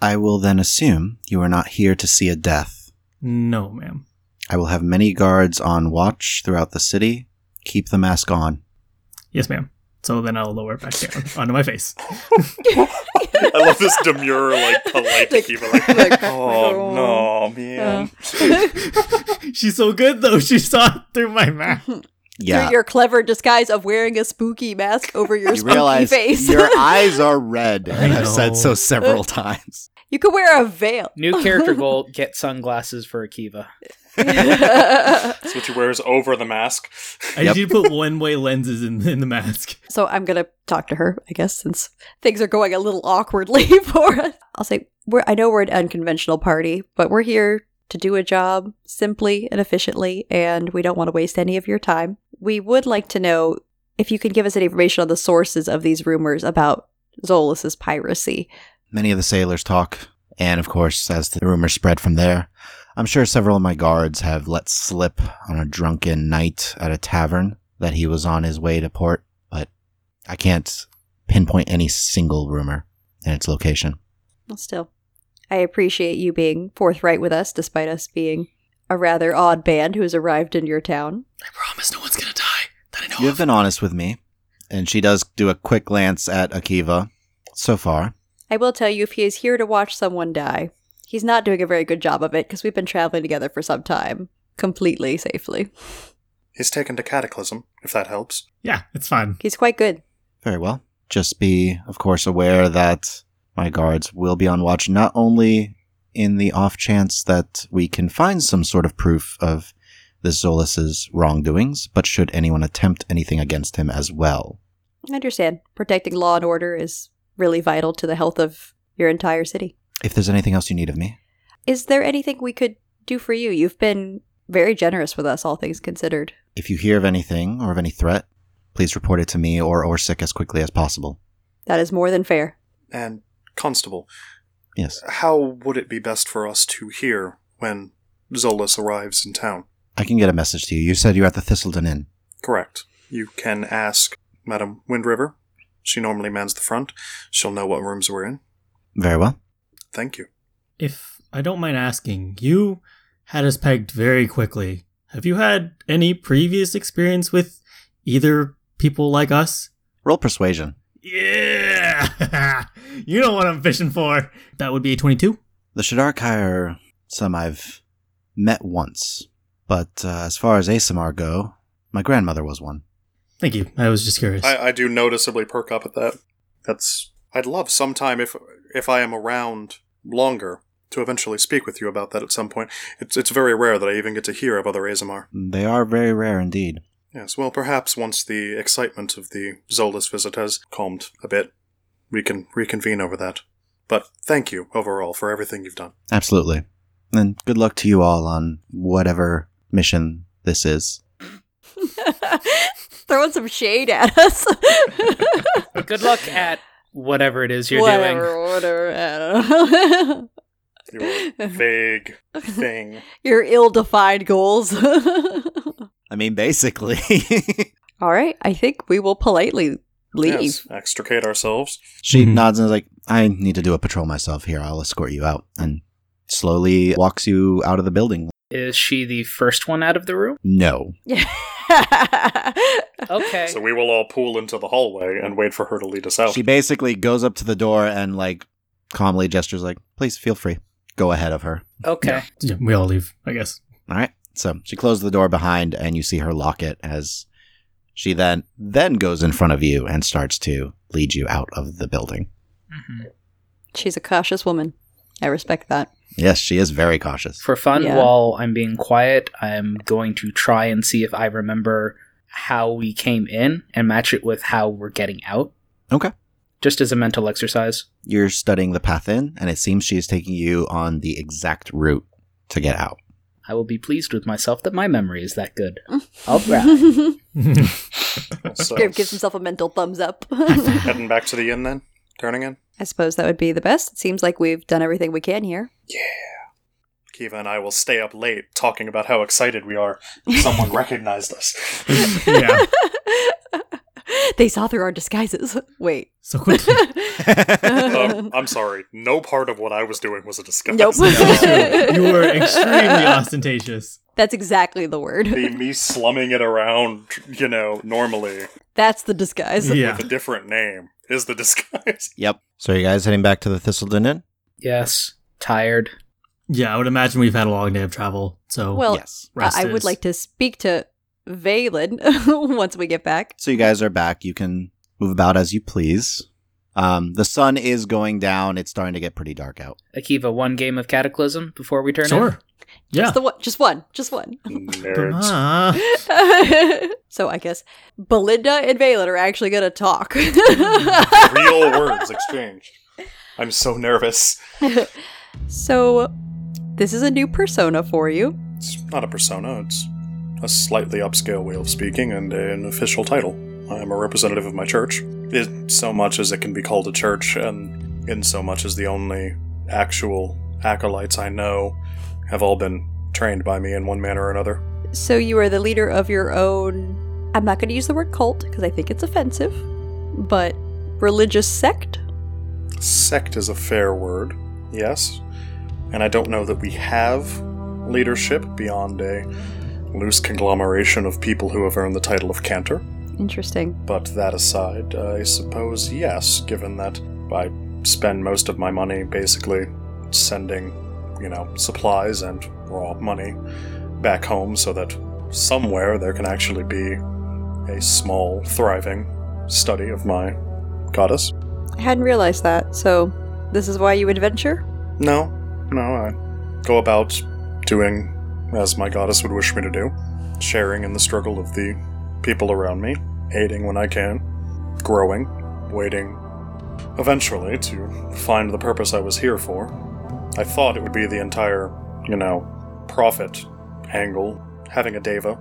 [SPEAKER 1] I will then assume you are not here to see a death.
[SPEAKER 3] No, ma'am.
[SPEAKER 1] I will have many guards on watch throughout the city. Keep the mask on.
[SPEAKER 3] Yes, ma'am. So then I'll lower it back down (laughs) onto my face.
[SPEAKER 4] (laughs) (laughs) I love this demure, like,
[SPEAKER 2] (laughs)
[SPEAKER 4] polite
[SPEAKER 2] Like-
[SPEAKER 4] people. Like,
[SPEAKER 2] like- (laughs) Uh.
[SPEAKER 4] oh, no, man.
[SPEAKER 3] She's so good, though. She saw it through my mask.
[SPEAKER 2] (laughs)
[SPEAKER 1] Yeah.
[SPEAKER 2] "Oh." Through your clever disguise of wearing a spooky mask over your
[SPEAKER 1] you
[SPEAKER 2] spooky
[SPEAKER 1] realize
[SPEAKER 2] face.
[SPEAKER 1] your
[SPEAKER 2] (laughs)
[SPEAKER 1] eyes are red.
[SPEAKER 3] I
[SPEAKER 1] I have said
[SPEAKER 3] know.
[SPEAKER 1] so several times.
[SPEAKER 2] you could wear a veil. (laughs)
[SPEAKER 5] New character goal (laughs) get sunglasses for Akiva.
[SPEAKER 4] That's what she wears over the mask.
[SPEAKER 3] I
[SPEAKER 1] Yep.
[SPEAKER 3] did put one way lenses in, in the mask.
[SPEAKER 2] so I'm going to talk to her, I guess, since things are going a little awkwardly (laughs) for us. I'll say, we're, I know we're an unconventional party, but we're here to do a job simply and efficiently, and we don't want to waste any of your time. We would like to know if you can give us any information on the sources of these rumors about Zolus's piracy.
[SPEAKER 1] Many of the sailors talk, and of course, as the rumors spread from there, I'm sure several of my guards have let slip on a drunken night at a tavern that he was on his way to port, but I can't pinpoint any single rumor and its location.
[SPEAKER 2] Well, still, I appreciate you being forthright with us, despite us being a rather odd band who has arrived in your town.
[SPEAKER 3] I (laughs) promise no one's gonna die that I know
[SPEAKER 1] You
[SPEAKER 3] of.
[SPEAKER 1] have been honest with me, and she does do a quick glance at Akiva. So far,
[SPEAKER 2] I will tell you if he is here to watch someone die, he's not doing a very good job of it because we've been traveling together for some time, completely safely.
[SPEAKER 4] He's taken to Cataclysm, if that helps.
[SPEAKER 3] Yeah, it's fine.
[SPEAKER 2] He's quite good.
[SPEAKER 1] very well. Just be, of course, aware that my guards will be on watch not only in the off chance that we can find some sort of proof of the Zolus's wrongdoings, but should anyone attempt anything against him as well.
[SPEAKER 2] I understand. Protecting law and order is really vital to the health of your entire city.
[SPEAKER 1] If there's anything else you need of me,
[SPEAKER 2] Is there anything we could do for you? You've been very generous with us, all things considered.
[SPEAKER 1] if you hear of anything or of any threat, please report it to me or Orsic as quickly as possible.
[SPEAKER 2] That is more than fair. (laughs)
[SPEAKER 4] And Constable,
[SPEAKER 1] Yes,
[SPEAKER 4] how would it be best for us to hear when Zolas arrives in town?
[SPEAKER 1] I can get a message to you. You said you're at the Thistleton Inn.
[SPEAKER 4] Correct. You can ask Madam Windriver. She normally mans the front. She'll know what rooms we're in.
[SPEAKER 1] Very well.
[SPEAKER 4] Thank you.
[SPEAKER 3] If I don't mind asking, you had us pegged very quickly. Have you had any previous experience with either people like us?
[SPEAKER 1] Roll persuasion.
[SPEAKER 3] Yeah! (laughs) you know what I'm fishing for. That would be a 22.
[SPEAKER 1] The Shadarkai are some I've met once, but uh, as far as ASMR go, my grandmother was one.
[SPEAKER 3] Thank you. I was just curious.
[SPEAKER 4] I, I do noticeably perk up at that. That's. I'd love sometime if if I am around longer to eventually speak with you about that at some point. It's it's very rare that I even get to hear of other Azamar.
[SPEAKER 1] They are very rare indeed.
[SPEAKER 4] Yes, well, perhaps once the excitement of the Zolas visit has calmed a bit, we can reconvene over that. But thank you overall for everything you've done.
[SPEAKER 1] Absolutely. And good luck to you all on whatever mission this is.
[SPEAKER 2] Throwing some shade at us.
[SPEAKER 5] Good luck at whatever it is you're
[SPEAKER 2] whatever,
[SPEAKER 5] doing.
[SPEAKER 2] whatever. I don't
[SPEAKER 4] Your vague
[SPEAKER 2] (laughs)
[SPEAKER 4] thing.
[SPEAKER 2] Your ill-defined goals. (laughs)
[SPEAKER 1] I mean, basically. (laughs)
[SPEAKER 2] All right, I think we will politely leave.
[SPEAKER 4] Yes, extricate ourselves.
[SPEAKER 1] she
[SPEAKER 3] Mhm.
[SPEAKER 1] nods and is like, I need to do a patrol myself here. I'll escort you out. And slowly walks you out of the building.
[SPEAKER 5] Is she the first one out of the room?
[SPEAKER 1] No.
[SPEAKER 5] Okay.
[SPEAKER 4] So we will all pool into the hallway and wait for her to lead us out.
[SPEAKER 1] She basically goes up to the door and, like, calmly gestures, like, please feel free. Go ahead of her.
[SPEAKER 5] Okay.
[SPEAKER 3] Yeah, we all leave, I (laughs) guess.
[SPEAKER 1] All right. So she closes the door behind, and you see her lock it as she then then goes in front of you and starts to lead you out of the building.
[SPEAKER 5] Mhm.
[SPEAKER 2] (laughs) She's a cautious woman. I respect that.
[SPEAKER 1] Yes, she is very cautious.
[SPEAKER 5] For fun,
[SPEAKER 2] Yeah.
[SPEAKER 5] while I'm being quiet, I'm going to try and see if I remember how we came in and match it with how we're getting out.
[SPEAKER 1] Okay.
[SPEAKER 5] Just as a mental exercise.
[SPEAKER 1] You're studying the path in, and it seems she is taking you on the exact route to get out.
[SPEAKER 5] I will be pleased with myself that my memory is that good. All
[SPEAKER 2] (laughs)
[SPEAKER 5] right.
[SPEAKER 4] So,
[SPEAKER 2] Grim gives himself a mental thumbs
[SPEAKER 3] (laughs)
[SPEAKER 2] up.
[SPEAKER 4] heading back to the inn then? Turning in?
[SPEAKER 2] I suppose that would be the best. It seems like we've done everything we can here. (laughs)
[SPEAKER 4] Kiva and I will stay up late talking about how excited we are. Someone recognized us.
[SPEAKER 3] yeah.
[SPEAKER 2] they saw through our disguises.
[SPEAKER 3] (laughs)
[SPEAKER 2] Wait.
[SPEAKER 3] So quickly.
[SPEAKER 4] Um, I'm sorry. No part of what I was doing was a disguise. (laughs)
[SPEAKER 2] Nope.
[SPEAKER 3] you were extremely ostentatious.
[SPEAKER 2] (laughs) That's exactly the word.
[SPEAKER 4] the me slumming it around, you know, normally
[SPEAKER 2] That's the disguise.
[SPEAKER 3] Yeah.
[SPEAKER 4] with a different name is the (laughs) disguise.
[SPEAKER 1] Yep. So you guys heading back to the Thistleton Inn?
[SPEAKER 5] yes. Tired.
[SPEAKER 3] Yeah, I would imagine we've had a long day of travel. So
[SPEAKER 2] Well,
[SPEAKER 1] yes.
[SPEAKER 2] I- I
[SPEAKER 3] Rest
[SPEAKER 2] would
[SPEAKER 3] is-
[SPEAKER 2] like to speak to Valen (laughs) once we get back.
[SPEAKER 1] So you guys are back. You can move about as you please. Um, the sun is going down. It's starting to get pretty dark (laughs) out.
[SPEAKER 5] Akiva, one game of Cataclysm before we turn in?
[SPEAKER 3] sure. Yeah.
[SPEAKER 2] Just the one, just one, just one.
[SPEAKER 4] Nerds.
[SPEAKER 3] Ah.
[SPEAKER 2] (laughs) so I guess Belinda and Valen are actually gonna talk. (laughs)
[SPEAKER 4] Real words exchanged. I'm so nervous.
[SPEAKER 2] so this is a new persona for you.
[SPEAKER 4] It's not a persona, it's a slightly upscale way of speaking and an official title. I am a representative of my church. In so much as it can be called a church, and in so much as the only actual acolytes I know have all been trained by me in one manner or another.
[SPEAKER 2] So you are the leader of your own. I'm not gonna use the word cult because I think it's offensive, but religious sect.
[SPEAKER 4] Sect is a fair word, yes. And I don't know that we have leadership beyond a loose conglomeration of people who have earned the title of cantor.
[SPEAKER 2] Interesting.
[SPEAKER 4] But that aside, I suppose yes, given that I spend most of my money basically sending, you know, supplies and raw money back home so that somewhere there can actually be a small, thriving study of my goddess.
[SPEAKER 2] I hadn't realized that, so this is why you adventure?
[SPEAKER 4] No, no, I go about doing as my goddess would wish me to do, sharing in the struggle of the people around me, aiding when I can, growing, waiting eventually to find the purpose I was here for. I thought it would be the entire, you know, profit angle, having a deva.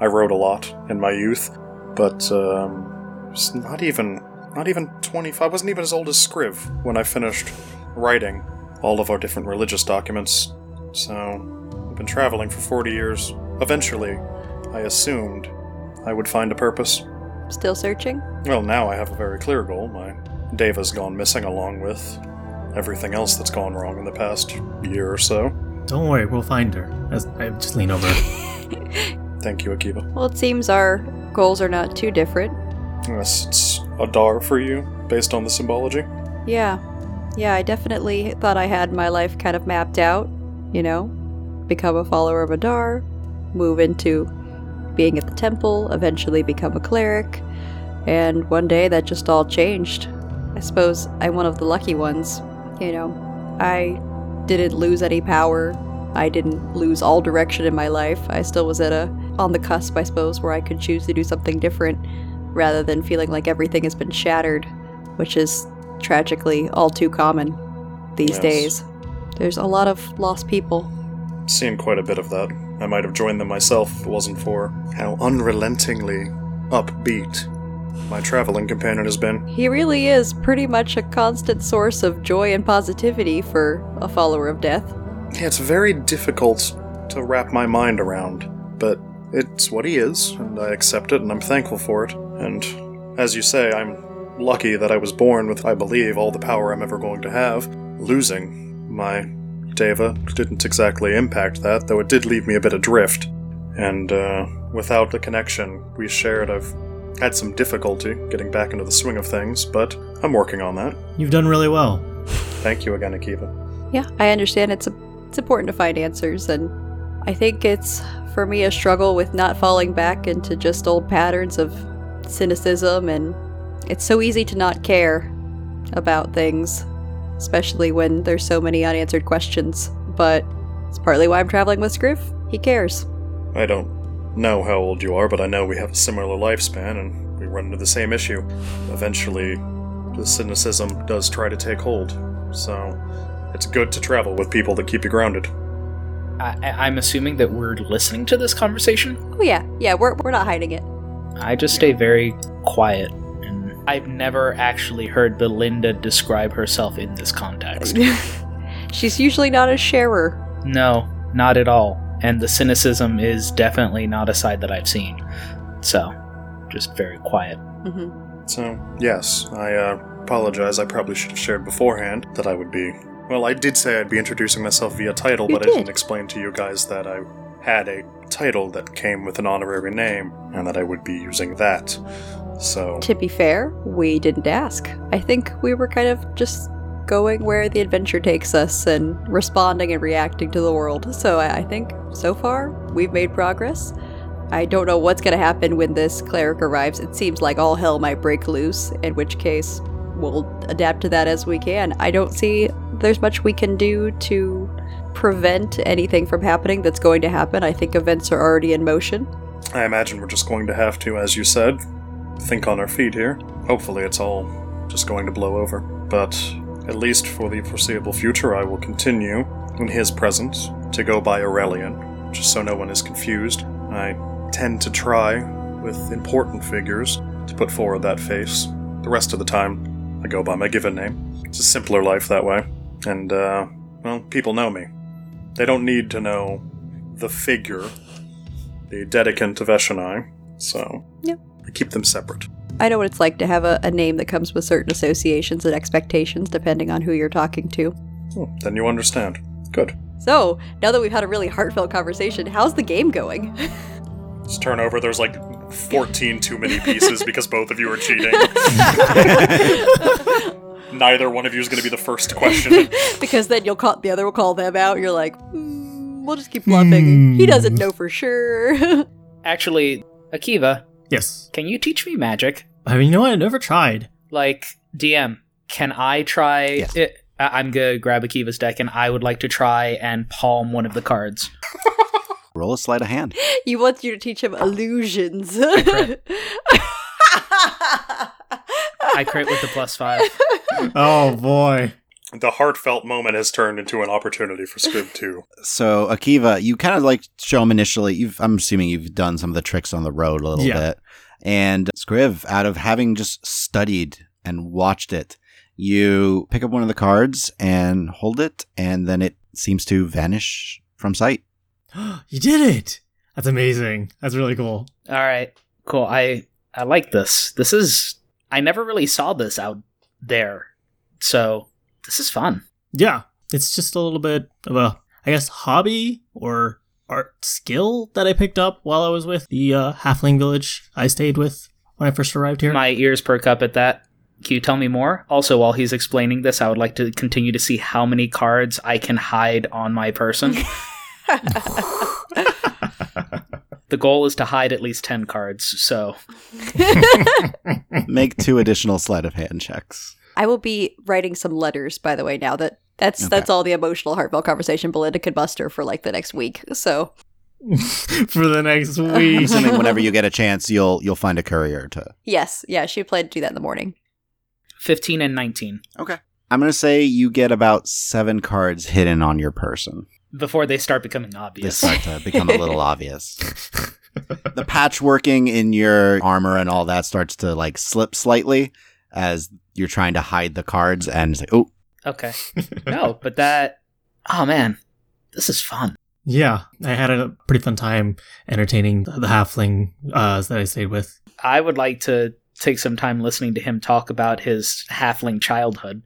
[SPEAKER 4] I rode a lot in my youth, but um, it's not even not even 25. I wasn't even as old as Scriv when I finished writing all of our different religious documents. So I've been traveling for 40 years. Eventually, I assumed I would find a purpose.
[SPEAKER 2] Still searching?
[SPEAKER 4] Well, now I have a very clear goal. My Deva's gone missing along with everything else that's gone wrong in the past year or so.
[SPEAKER 3] Don't worry, we'll find her. As I just
[SPEAKER 2] (laughs)
[SPEAKER 3] lean over.
[SPEAKER 4] Thank you, Akiba.
[SPEAKER 2] Well, it seems our goals are not too different.
[SPEAKER 4] Yes, it's a dar for you, based on the symbology.
[SPEAKER 2] Yeah. Yeah, I definitely thought I had my life kind of mapped out, you know? Become a follower of Adar, move into being at the temple, eventually become a cleric, and one day that just all changed. I suppose I'm one of the lucky ones, you know? I didn't lose any power. I didn't lose all direction in my life. I still was at a on the cusp, I suppose, where I could choose to do something different rather than feeling like everything has been shattered, which is tragically all too common these
[SPEAKER 4] Yes.
[SPEAKER 2] days. There's a lot of lost people.
[SPEAKER 4] Seen quite a bit of that. I might have joined them myself if it wasn't for how unrelentingly upbeat my traveling companion has been.
[SPEAKER 2] He really is pretty much a constant source of joy and positivity for a follower of death.
[SPEAKER 4] Yeah, it's very difficult to wrap my mind around, but it's what he is, and I accept it, and I'm thankful for it. And as you say, I'm lucky that I was born with, I believe, all the power I'm ever going to have. Losing my Deva didn't exactly impact that, though it did leave me a bit adrift. And uh, without the connection we shared, I've had some difficulty getting back into the swing of things, but I'm working on that.
[SPEAKER 3] You've done really well.
[SPEAKER 4] Thank you again, Akiva.
[SPEAKER 2] Yeah, I understand it's it's important to find answers and I think it's for me a struggle with not falling back into just old patterns of cynicism and it's so easy to not care about things, especially when there's so many unanswered questions, but it's partly why I'm traveling with Scriff. He cares.
[SPEAKER 4] I don't know how old you are, but I know we have a similar lifespan and we run into the same issue. Eventually, the cynicism does try to take hold, so it's good to travel with people that keep you grounded.
[SPEAKER 5] I- I- I'm assuming that we're listening to this conversation.
[SPEAKER 2] Oh yeah, yeah, we're we're not hiding it.
[SPEAKER 5] I just stay very quiet, and I've never actually heard Belinda describe herself in this (laughs) context.
[SPEAKER 2] She's usually not a sharer.
[SPEAKER 5] No, not at all. And the cynicism is definitely not a side that I've seen. So, just very quiet.
[SPEAKER 2] hmm
[SPEAKER 4] So, yes, I uh, apologize. I probably should have shared beforehand that I would be. Well, I did say I'd be introducing myself via title,
[SPEAKER 2] You
[SPEAKER 4] but I didn't
[SPEAKER 2] did.
[SPEAKER 4] explain to you guys that I had a title that came with an honorary name and that I would be using that. So,
[SPEAKER 2] To be fair, we didn't ask. I think we were kind of just going where the adventure takes us and responding and reacting to the world. So I I think so far we've made progress. I don't know what's going to happen when this cleric arrives. It seems like all hell might break loose, in which case we'll adapt to that as we can. I don't see there's much we can do to prevent anything from happening that's going to happen. I think events are already in motion.
[SPEAKER 4] I imagine we're just going to have to, as you said, think on our feet here. Hopefully, it's all just going to blow over. But at least for the foreseeable future, I will continue in his presence to go by Aurelian, just so no one is confused. I tend to try, with important figures, to put forward that face. The rest of the time, I go by my given name. It's a simpler life that way. And, uh, well, people know me. They don't need to know the figure the dedicant of Eshenai, so
[SPEAKER 2] Yep.
[SPEAKER 4] I keep them separate.
[SPEAKER 2] I know what it's like to have a, a name that comes with certain associations and expectations depending on who you're talking to.
[SPEAKER 4] Hmm, then you Oh, understand. Good.
[SPEAKER 2] So, now that we've had a really heartfelt conversation, how's the game
[SPEAKER 5] (laughs)
[SPEAKER 2] going?
[SPEAKER 4] Just turn over. There's like 14 too
[SPEAKER 2] (laughs)
[SPEAKER 4] many pieces because both of you are cheating. Neither one of you is going to be the first to question
[SPEAKER 2] (laughs)
[SPEAKER 4] it.
[SPEAKER 2] because then you'll call the other will call them out. You're like, "Hmm, we'll just keep bluffing. He doesn't know for sure. (laughs)
[SPEAKER 5] Actually, Akiva,
[SPEAKER 3] Yes.
[SPEAKER 5] can you teach me magic?
[SPEAKER 3] I mean, you know what? I
[SPEAKER 2] (laughs)
[SPEAKER 3] never tried.
[SPEAKER 5] Like, DM, can I try
[SPEAKER 8] Yes.
[SPEAKER 5] it? I- I'm gonna grab Akiva's deck and I would like to try and palm one of the cards.
[SPEAKER 1] Roll a sleight of hand.
[SPEAKER 2] he wants you to teach him illusions. (laughs)
[SPEAKER 5] I crit with the plus five. (laughs)
[SPEAKER 3] Oh boy. (gasps)
[SPEAKER 4] The heartfelt moment has turned into an opportunity for Squib 2.
[SPEAKER 1] So Akiva, you kind of like show him initially. You've, I'm assuming you've done some of the tricks on the road a little
[SPEAKER 3] Yeah.
[SPEAKER 1] bit. And Scriv, out of having just studied and watched it, you pick up one of the cards and hold it, and then it seems to vanish from sight.
[SPEAKER 3] you did it. That's amazing. That's really cool.
[SPEAKER 5] All right, cool. I I like this. This is I never really saw this out there, so this is fun.
[SPEAKER 3] Yeah. It's just a little bit of a, I guess, hobby or art skill that I picked up while I was with the uh, halfling village I stayed with when I first arrived here.
[SPEAKER 5] My ears perk up at that. Can you tell me more? Also, while he's explaining this, I would like to continue to see how many cards I can hide on my person. the goal is to hide at least 10 cards, so
[SPEAKER 2] (laughs)
[SPEAKER 1] Make two additional sleight of hand checks.
[SPEAKER 2] I will be writing some letters, by the way. Now that that's that's all the emotional, heartfelt conversation Belinda could muster for like the next week. So
[SPEAKER 3] (laughs) For the next week.
[SPEAKER 1] Assuming whenever you get a chance, you'll you'll find a courier to.
[SPEAKER 2] yes, yeah, she planned to do that in the morning. (laughs)
[SPEAKER 5] 15 and 19
[SPEAKER 1] I'm gonna say you get about seven cards hidden on your person.
[SPEAKER 5] before they start becoming obvious.
[SPEAKER 1] They start to become a little obvious. the patchworking in your armor and all that starts to like slip slightly as you're trying to hide the cards and it's like, oh,
[SPEAKER 5] Okay. (laughs) No, but that. Oh, man. This is fun.
[SPEAKER 3] Yeah, I had a pretty fun time entertaining the halfling uh, that I stayed with.
[SPEAKER 5] I would like to take some time listening to him talk about his halfling childhood.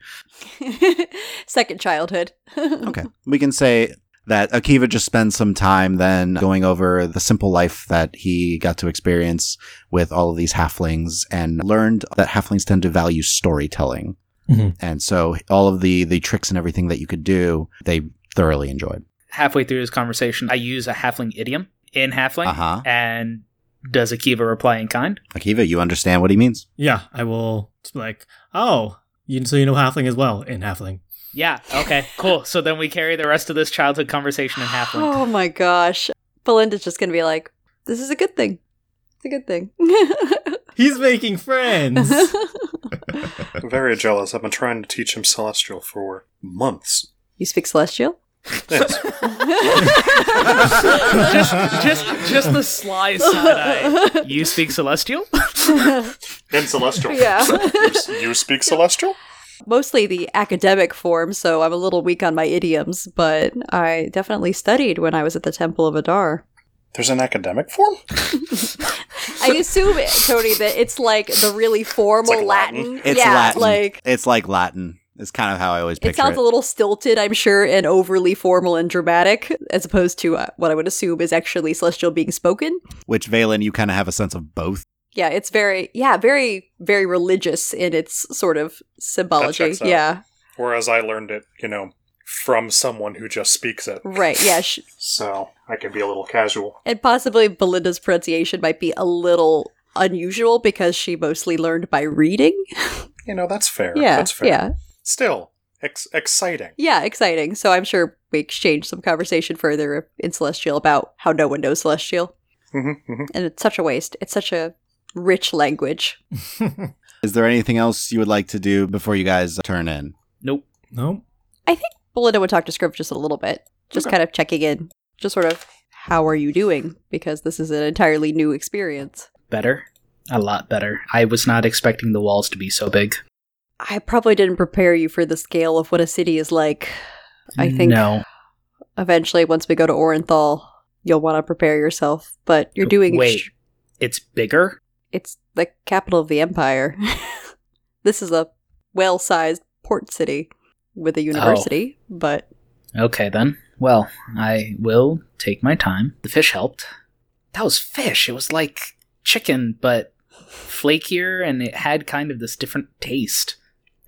[SPEAKER 2] Second childhood. (laughs)
[SPEAKER 1] okay. We can say that Akiva just spends some time then going over the simple life that he got to experience with all of these halflings and learned that halflings tend to value storytelling.
[SPEAKER 3] Mhm.
[SPEAKER 1] And so all of the the tricks and everything that you could do, they thoroughly enjoyed.
[SPEAKER 5] Halfway through his conversation, I use a halfling idiom in halfling.
[SPEAKER 1] Uh-huh.
[SPEAKER 5] And does Akiva reply in kind?
[SPEAKER 1] Akiva, you understand what he means?
[SPEAKER 3] Yeah, I will just be like, oh, you, so you know halfling as well in halfling.
[SPEAKER 5] Yeah. Okay. cool. So then we carry the rest of this childhood conversation
[SPEAKER 2] (gasps)
[SPEAKER 5] in halfling.
[SPEAKER 2] Oh my gosh, Belinda's just gonna be like, "This is a good thing. It's a good thing." (laughs)
[SPEAKER 3] He's making friends. (laughs)
[SPEAKER 4] Very jealous. I've been trying to teach him Celestial for months.
[SPEAKER 2] you speak celestial. (laughs)
[SPEAKER 4] Yes.
[SPEAKER 5] just, just, just the sly side
[SPEAKER 2] (laughs)
[SPEAKER 5] eye. You speak celestial?
[SPEAKER 4] In Celestial.
[SPEAKER 2] Yeah.
[SPEAKER 4] You-
[SPEAKER 2] (laughs)
[SPEAKER 4] you speak Celestial?
[SPEAKER 2] Mostly the academic form, so I'm a little weak on my idioms, but I definitely studied when I was at the Temple of Adar.
[SPEAKER 4] There's an academic form?
[SPEAKER 2] I assume, Tony, that it's like the really formal
[SPEAKER 4] It's like Latin.
[SPEAKER 2] Latin.
[SPEAKER 1] It's
[SPEAKER 2] yeah,
[SPEAKER 1] Latin.
[SPEAKER 2] like
[SPEAKER 1] it's like Latin. It's kind of how I always picture
[SPEAKER 2] it sounds a little stilted, I'm sure, and overly formal and dramatic, as opposed to uh, what I would assume is actually celestial being spoken.
[SPEAKER 1] Which Valen, you kind of have a sense of both.
[SPEAKER 2] Yeah, it's very, yeah, very, very religious in its sort of symbology.
[SPEAKER 4] checks out.
[SPEAKER 2] Yeah,
[SPEAKER 4] Whereas I learned it, you know, from someone who just speaks it.
[SPEAKER 2] right. Yeah, sh-
[SPEAKER 4] So I can be a little casual.
[SPEAKER 2] And possibly Belinda's pronunciation might be a little unusual because she mostly learned by reading.
[SPEAKER 4] You know, that's fair.
[SPEAKER 2] yeah.
[SPEAKER 4] That's fair.
[SPEAKER 2] Yeah.
[SPEAKER 4] Still, ex-
[SPEAKER 2] (laughs)
[SPEAKER 4] exciting.
[SPEAKER 2] Yeah, exciting. So I'm sure we exchange some conversation further in Celestial about how no one knows Celestial.
[SPEAKER 4] hmm hmm
[SPEAKER 2] And it's such a waste. It's such a rich language.
[SPEAKER 1] Is there anything else you would like to do before you guys turn in?
[SPEAKER 5] Nope.
[SPEAKER 3] nope.
[SPEAKER 2] Belinda would talk to Scriv just a little bit, just kind of checking in, just sort of, how are you doing? Because this is an entirely new experience.
[SPEAKER 5] Better. A lot better. I was not expecting the walls to be so big.
[SPEAKER 2] I probably didn't prepare you for the scale of what a city is like. I think
[SPEAKER 5] No.
[SPEAKER 2] eventually once we go to Orenthal, you'll want to prepare yourself. But you're doing
[SPEAKER 5] Wait. It's bigger?
[SPEAKER 2] it's the capital of the empire. this is a well-sized port city with a university, but
[SPEAKER 5] Okay, then. Well, I will take my time. The fish helped. That was fish. It was like chicken, but flakier, and it had kind of this different taste.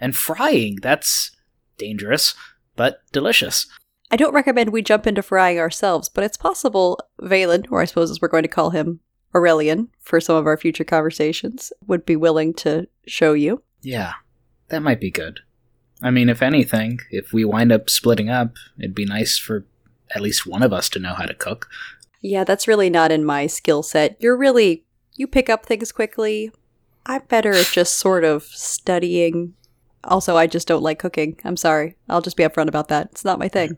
[SPEAKER 5] And frying, that's dangerous, but delicious.
[SPEAKER 2] I don't recommend we jump into frying ourselves, but it's possible Valen, or I suppose as we're going to call him Aurelian for some of our future conversations, would be willing to show you.
[SPEAKER 5] Yeah, that might be good. I mean, if anything, if we wind up splitting up, it'd be nice for at least one of us to know how to cook.
[SPEAKER 2] Yeah, that's really not in my skill set. You're really, you pick up things quickly. I'm better at just sort of studying. Also, I just don't like cooking. I'm sorry. I'll just be upfront about that. It's not my thing.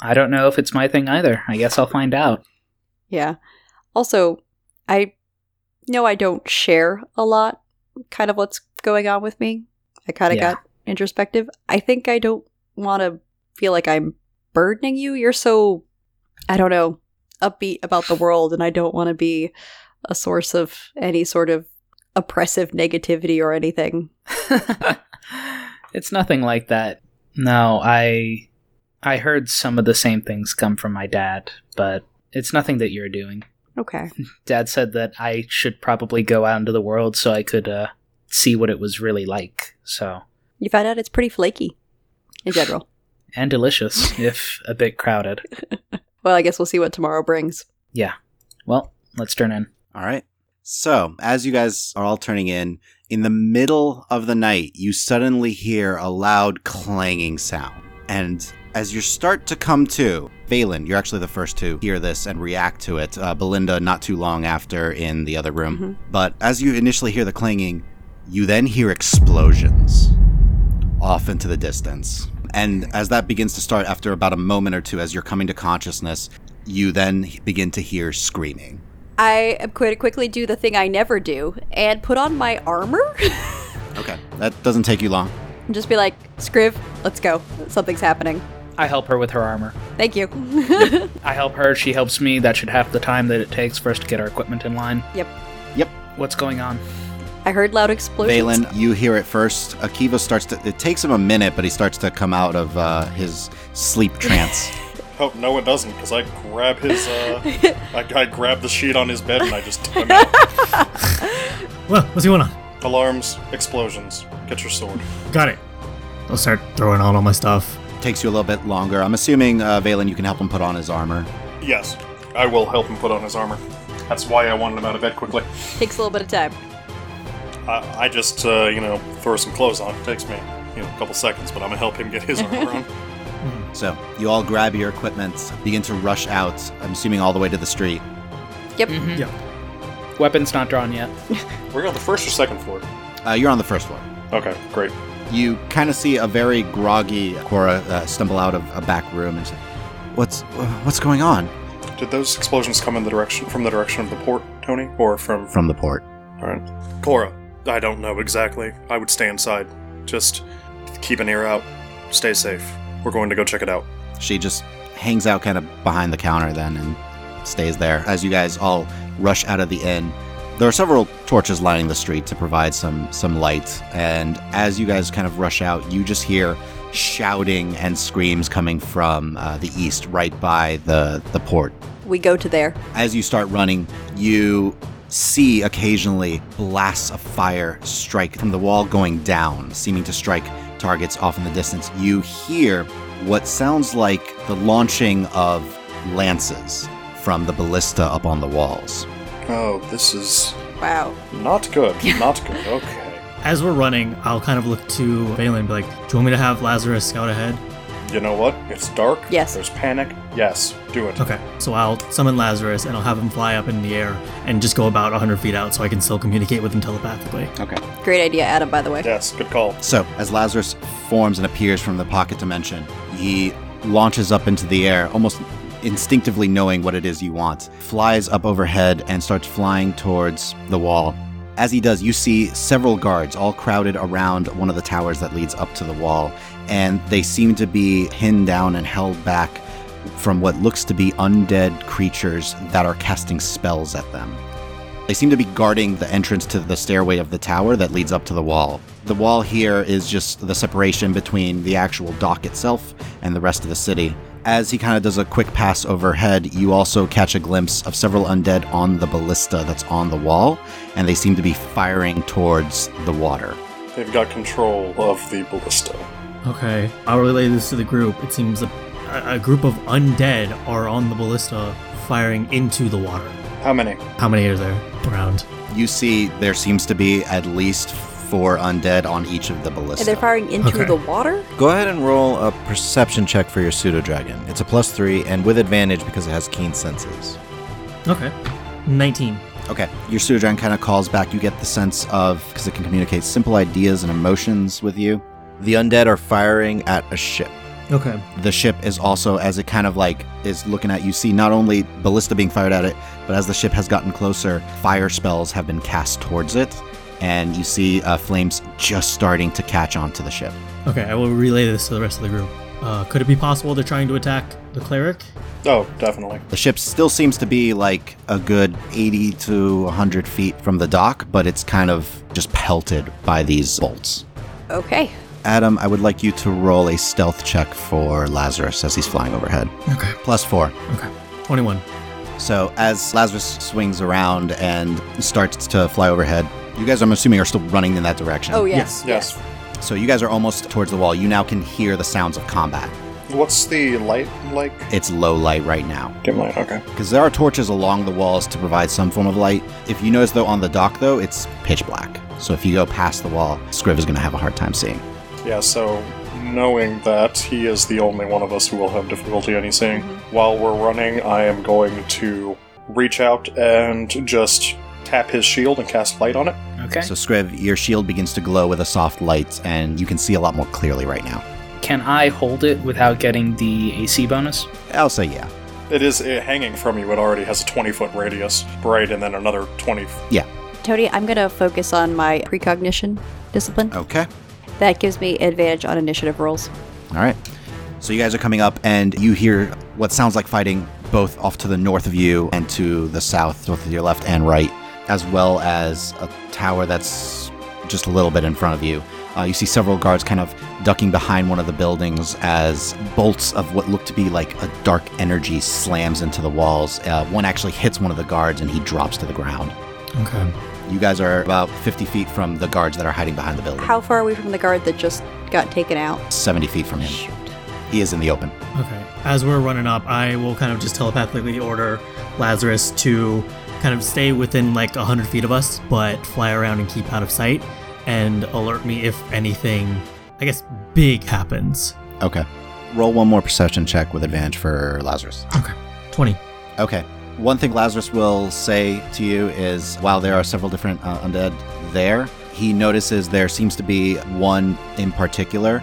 [SPEAKER 5] I don't know if it's my thing either. I guess I'll find out.
[SPEAKER 2] Yeah. Also, I know I don't share a lot, kind of what's going on with me. I kind of
[SPEAKER 5] Yeah.
[SPEAKER 2] got introspective. I think I don't want to feel like I'm burdening you. You're so, I don't know, upbeat about the world, and I don't want to be a source of any sort of oppressive negativity or anything.
[SPEAKER 5] (laughs) it's nothing like that. No, I I heard some of the same things come from my dad, but it's nothing that you're doing.
[SPEAKER 2] Okay.
[SPEAKER 5] Dad said that I should probably go out into the world so I could uh, see what it was really like. So
[SPEAKER 2] You found out it's pretty flaky in general.
[SPEAKER 5] and delicious, if a bit crowded.
[SPEAKER 2] Well, I guess we'll see what tomorrow brings.
[SPEAKER 5] Well, let's turn in.
[SPEAKER 1] All right. So, as you guys are all turning in, in the middle of the night, you suddenly hear a loud clanging sound. And as you start to come to, Valen, you're actually the first to hear this and react to it. Uh, Belinda, not too long after in the other room.
[SPEAKER 2] Mhm.
[SPEAKER 1] But as you initially hear the clanging, you then hear explosions off into the distance. And as that begins to start, after about a moment or two, as you're coming to consciousness, you then begin to hear screaming.
[SPEAKER 2] I am going to quickly do the thing I never do and put on my armor. (laughs)
[SPEAKER 1] Okay, that doesn't take you long.
[SPEAKER 2] and just be like, Scriv, let's go. Something's happening.
[SPEAKER 5] I help her with her armor.
[SPEAKER 2] Thank you. (laughs)
[SPEAKER 5] I help her, she helps me. That should half the time that it takes for us to get our equipment in line.
[SPEAKER 2] Yep.
[SPEAKER 1] Yep.
[SPEAKER 5] What's going on?
[SPEAKER 2] I heard loud explosions.
[SPEAKER 1] Valen, you hear it first. Akiva starts to. It takes him a minute, but he starts to come out of uh, his sleep trance.
[SPEAKER 4] Hope Oh, no one doesn't, because I grab
[SPEAKER 2] (laughs)
[SPEAKER 4] his, uh, I, I grab the sheet on his bed and I just tip him out.
[SPEAKER 3] Well, what's going on?
[SPEAKER 4] Alarms, explosions. Get your sword.
[SPEAKER 3] Got it. I'll start throwing on all my stuff.
[SPEAKER 1] takes you a little bit longer. I'm assuming uh, Valen, you can help him put on his armor.
[SPEAKER 4] Yes, I will help him put on his armor. That's why I wanted him out of bed quickly.
[SPEAKER 2] Takes a little bit of time.
[SPEAKER 4] I, I just, uh, you know, throw some clothes on. takes me, you know, a couple seconds, but I'm gonna help him get his
[SPEAKER 2] (laughs)
[SPEAKER 4] armor on.
[SPEAKER 1] So you all grab your equipment, begin to rush out. I'm assuming all the way to the street.
[SPEAKER 5] Weapons not drawn yet.
[SPEAKER 4] We're on the first or second floor.
[SPEAKER 1] Uh, you're on the first floor.
[SPEAKER 4] Okay, great.
[SPEAKER 1] You kind of see a very groggy Cora uh, stumble out of a back room and say, "What's what's going on?"
[SPEAKER 4] Did those explosions come in the direction from the direction of the port, Tony, or from?
[SPEAKER 1] From the port.
[SPEAKER 4] All right, Cora. I don't know exactly. I would stay inside. Just keep an ear out. Stay safe. We're going to go check it out.
[SPEAKER 1] She just hangs out kind of behind the counter then and stays there as you guys all rush out of the inn. There are several torches lining the street to provide some some light, and as you guys kind of rush out, you just hear shouting and screams coming from uh, the east, right by the the port.
[SPEAKER 2] We go to there.
[SPEAKER 1] As you start running, you see occasionally blasts of fire strike from the wall going down, seeming to strike targets off in the distance. You hear what sounds like the launching of lances from the ballista up on the walls.
[SPEAKER 4] Oh, this is
[SPEAKER 2] Wow.
[SPEAKER 4] not good. Not good. Okay.
[SPEAKER 3] As we're running, I'll kind of look to Valen and be like, Do you want me to have Lazarus scout ahead?
[SPEAKER 4] You know what? It's dark.
[SPEAKER 2] Yes.
[SPEAKER 4] There's panic. Yes. Do it.
[SPEAKER 3] Okay, so I'll summon Lazarus and I'll have him fly up in the air and just go about 100 feet out so I can still communicate with him telepathically.
[SPEAKER 2] Great idea, Adam, by the way.
[SPEAKER 4] Yes. Good call.
[SPEAKER 1] So, as Lazarus forms and appears from the pocket dimension, he launches up into the air, almost instinctively knowing what it is you want, flies up overhead and starts flying towards the wall. As he does, you see several guards all crowded around one of the towers that leads up to the wall, and they seem to be pinned down and held back from what looks to be undead creatures that are casting spells at them. They seem to be guarding the entrance to the stairway of the tower that leads up to the wall. The wall here is just the separation between the actual dock itself and the rest of the city, As he kind of does a quick pass overhead, you also catch a glimpse of several undead on the ballista that's on the wall, and they seem to be firing towards the water.
[SPEAKER 4] They've got control of the ballista.
[SPEAKER 3] Okay, I'll relay this to the group. It seems a, a group of undead are on the ballista firing into the water.
[SPEAKER 4] How many?
[SPEAKER 3] How many are there around?
[SPEAKER 1] You see, there seems to be at least four undead on each of the
[SPEAKER 2] And they're
[SPEAKER 1] ballista.
[SPEAKER 2] firing into
[SPEAKER 3] Okay.
[SPEAKER 2] the water?
[SPEAKER 6] Go ahead and roll a perception check for your pseudo dragon. It's a plus three and with advantage because it has keen senses.
[SPEAKER 3] Okay, 19.
[SPEAKER 1] Okay, your pseudo dragon kind of calls back. You get the sense of, because it can communicate simple ideas and emotions with you.
[SPEAKER 6] The undead are firing at a ship.
[SPEAKER 3] Okay,
[SPEAKER 1] the ship is also as it kind of like is looking at you see not only ballista being fired at it but as the ship has gotten closer fire spells have been cast towards it and you see uh, flames just starting to catch onto the ship
[SPEAKER 3] okay, I will relay this to the rest of the group. Uh, could it be possible they're trying to attack the cleric?
[SPEAKER 4] Oh, definitely.
[SPEAKER 1] the ship still seems to be like a good 80 to 100 feet from the dock but it's kind of just pelted by these bolts
[SPEAKER 2] Okay.
[SPEAKER 1] adam i would like you to roll a stealth check for lazarus as he's flying overhead
[SPEAKER 3] Okay,
[SPEAKER 1] plus four
[SPEAKER 3] okay, 21.
[SPEAKER 1] So as Lazarus swings around and starts to fly overhead, you guys, I'm assuming, are still running in that direction.
[SPEAKER 2] Oh, yes.
[SPEAKER 4] Yes.
[SPEAKER 1] So you guys are almost towards the wall. You now can hear the sounds of combat.
[SPEAKER 4] What's the light like?
[SPEAKER 1] It's low light right now
[SPEAKER 4] Dim light, okay.
[SPEAKER 1] because there are torches along the walls to provide some form of light. If you notice, though, on the dock, though, it's pitch black. So if you go past the wall, Scriv is going to have a hard time seeing.
[SPEAKER 4] Yeah, so knowing that he is the only one of us who will have difficulty any seeing, while we're running, I am going to reach out and just tap his shield and cast light on it.
[SPEAKER 5] Okay.
[SPEAKER 1] So Scriv, your shield begins to glow with a soft light, and you can see a lot more clearly right now.
[SPEAKER 5] Can I hold it without getting the AC bonus?
[SPEAKER 1] I'll say yeah.
[SPEAKER 4] It is uh, hanging from you, it already has a 20 foot radius, bright, and then another 20. f-
[SPEAKER 2] Tony, I'm going to focus on my precognition discipline.
[SPEAKER 1] Okay.
[SPEAKER 2] That gives me advantage on initiative rolls.
[SPEAKER 1] All right. So you guys are coming up, and you hear what sounds like fighting both off to the north of you and to the south, both to your left and right, as well as a tower that's just a little bit in front of you. Uh, you see several guards kind of ducking behind one of the buildings as bolts of what look to be like a dark energy slams into the walls. Uh, one actually hits one of the guards, and he drops to the ground.
[SPEAKER 3] Okay.
[SPEAKER 1] You guys are about 50 feet from the guards that are hiding behind the building.
[SPEAKER 2] How far are we from the guard that just got taken out?
[SPEAKER 1] 70 feet from him.
[SPEAKER 2] Shoot.
[SPEAKER 1] He is in the open.
[SPEAKER 3] Okay. As we're running up, I will kind of just telepathically order Lazarus to kind of stay within like 100 feet of us, but fly around and keep out of sight and alert me if anything, I guess, big happens.
[SPEAKER 1] Okay. Roll one more perception check with advantage for Lazarus.
[SPEAKER 3] 20.
[SPEAKER 1] Okay. One thing Lazarus will say to you is while there are several different uh, undead there, he notices there seems to be one in particular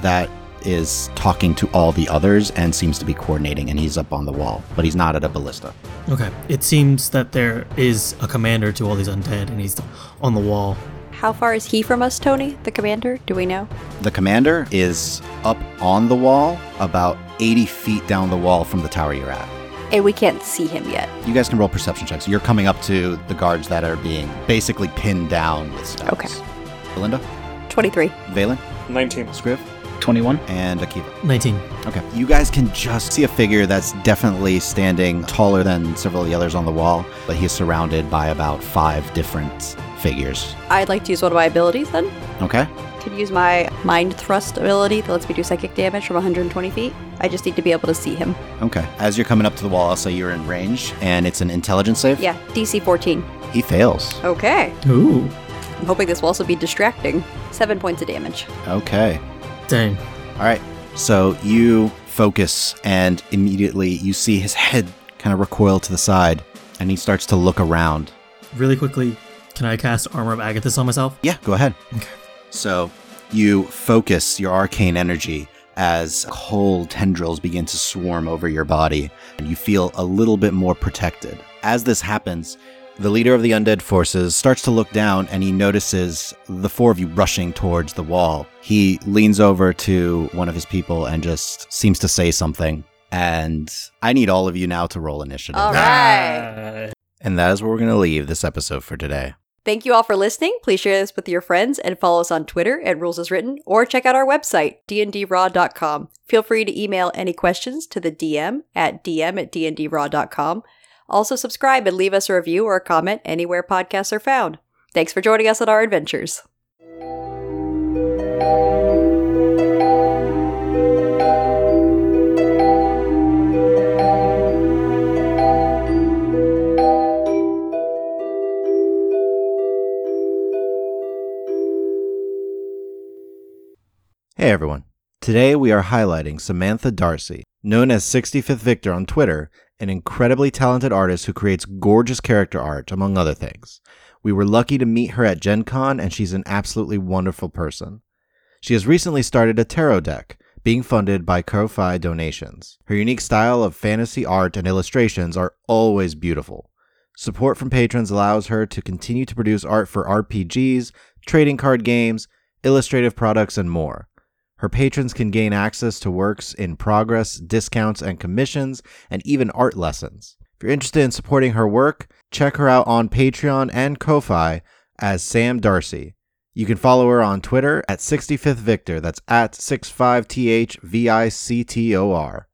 [SPEAKER 1] that is talking to all the others and seems to be coordinating, and he's up on the wall, but he's not at a ballista.
[SPEAKER 3] Okay. It seems that there is a commander to all these undead and he's on the wall.
[SPEAKER 2] How far is he from us, Tony, the commander? Do we know?
[SPEAKER 1] The commander is up on the wall, about 80 feet down the wall from the tower you're at.
[SPEAKER 2] And Eh, we can't see him yet.
[SPEAKER 1] You guys can roll perception checks. You're coming up to the guards that are being basically pinned down with spells.
[SPEAKER 2] Okay.
[SPEAKER 1] Belinda,
[SPEAKER 2] 23.
[SPEAKER 1] Valen,
[SPEAKER 4] 19.
[SPEAKER 1] Scriv,
[SPEAKER 5] 21.
[SPEAKER 1] and Akiva.
[SPEAKER 3] 19.
[SPEAKER 1] Okay. You guys can just see a figure that's definitely standing taller than several of the others on the wall, but he's surrounded by about five different figures.
[SPEAKER 2] I'd like to use one of my abilities then.
[SPEAKER 1] Okay.
[SPEAKER 2] Could use my mind thrust ability that lets me do psychic damage from 120 feet. I just need to be able to see him.
[SPEAKER 1] Okay. As you're coming up to the wall, I'll say you're in range, and it's an intelligence save.
[SPEAKER 2] Yeah, DC 14.
[SPEAKER 1] He fails.
[SPEAKER 2] Okay.
[SPEAKER 3] Ooh.
[SPEAKER 2] I'm hoping this will also be distracting. Seven points of damage.
[SPEAKER 1] Okay.
[SPEAKER 3] Dang.
[SPEAKER 1] All right. So you focus, and immediately you see his head kind of recoil to the side, and he starts to look around.
[SPEAKER 3] Really quickly, can I cast Armor of Agathis on myself?
[SPEAKER 1] Yeah, go ahead.
[SPEAKER 3] Okay.
[SPEAKER 1] So you focus your arcane energy as cold tendrils begin to swarm over your body, and you feel a little bit more protected. As this happens, the leader of the undead forces starts to look down and he notices the four of you rushing towards the wall. He leans over to one of his people and just seems to say something. And I need all of you now to roll initiative.
[SPEAKER 2] All right.
[SPEAKER 1] And that is where we're going to leave this episode for today.
[SPEAKER 2] Thank you all for listening. Please share this with your friends and follow us on Twitter at Rules Is Written or check out our website, dndraw.com. Feel free to email any questions to the DM at dm at dndraw.com. Also, subscribe and leave us a review or a comment anywhere podcasts are found. Thanks for joining us on our adventures.
[SPEAKER 1] Hey everyone. Today we are highlighting Samantha Darcy, known as 65th Victor on Twitter, an incredibly talented artist who creates gorgeous character art, among other things. We were lucky to meet her at Gen Con, and she's an absolutely wonderful person. She has recently started a tarot deck, being funded by Ko Fi donations. Her unique style of fantasy art and illustrations are always beautiful. Support from patrons allows her to continue to produce art for RPGs, trading card games, illustrative products, and more. Her patrons can gain access to works in progress, discounts and commissions, and even art lessons. If you're interested in supporting her work, check her out on Patreon and Ko-fi as Sam Darcy. You can follow her on Twitter at 65th Victor. That's at 65THVICTOR.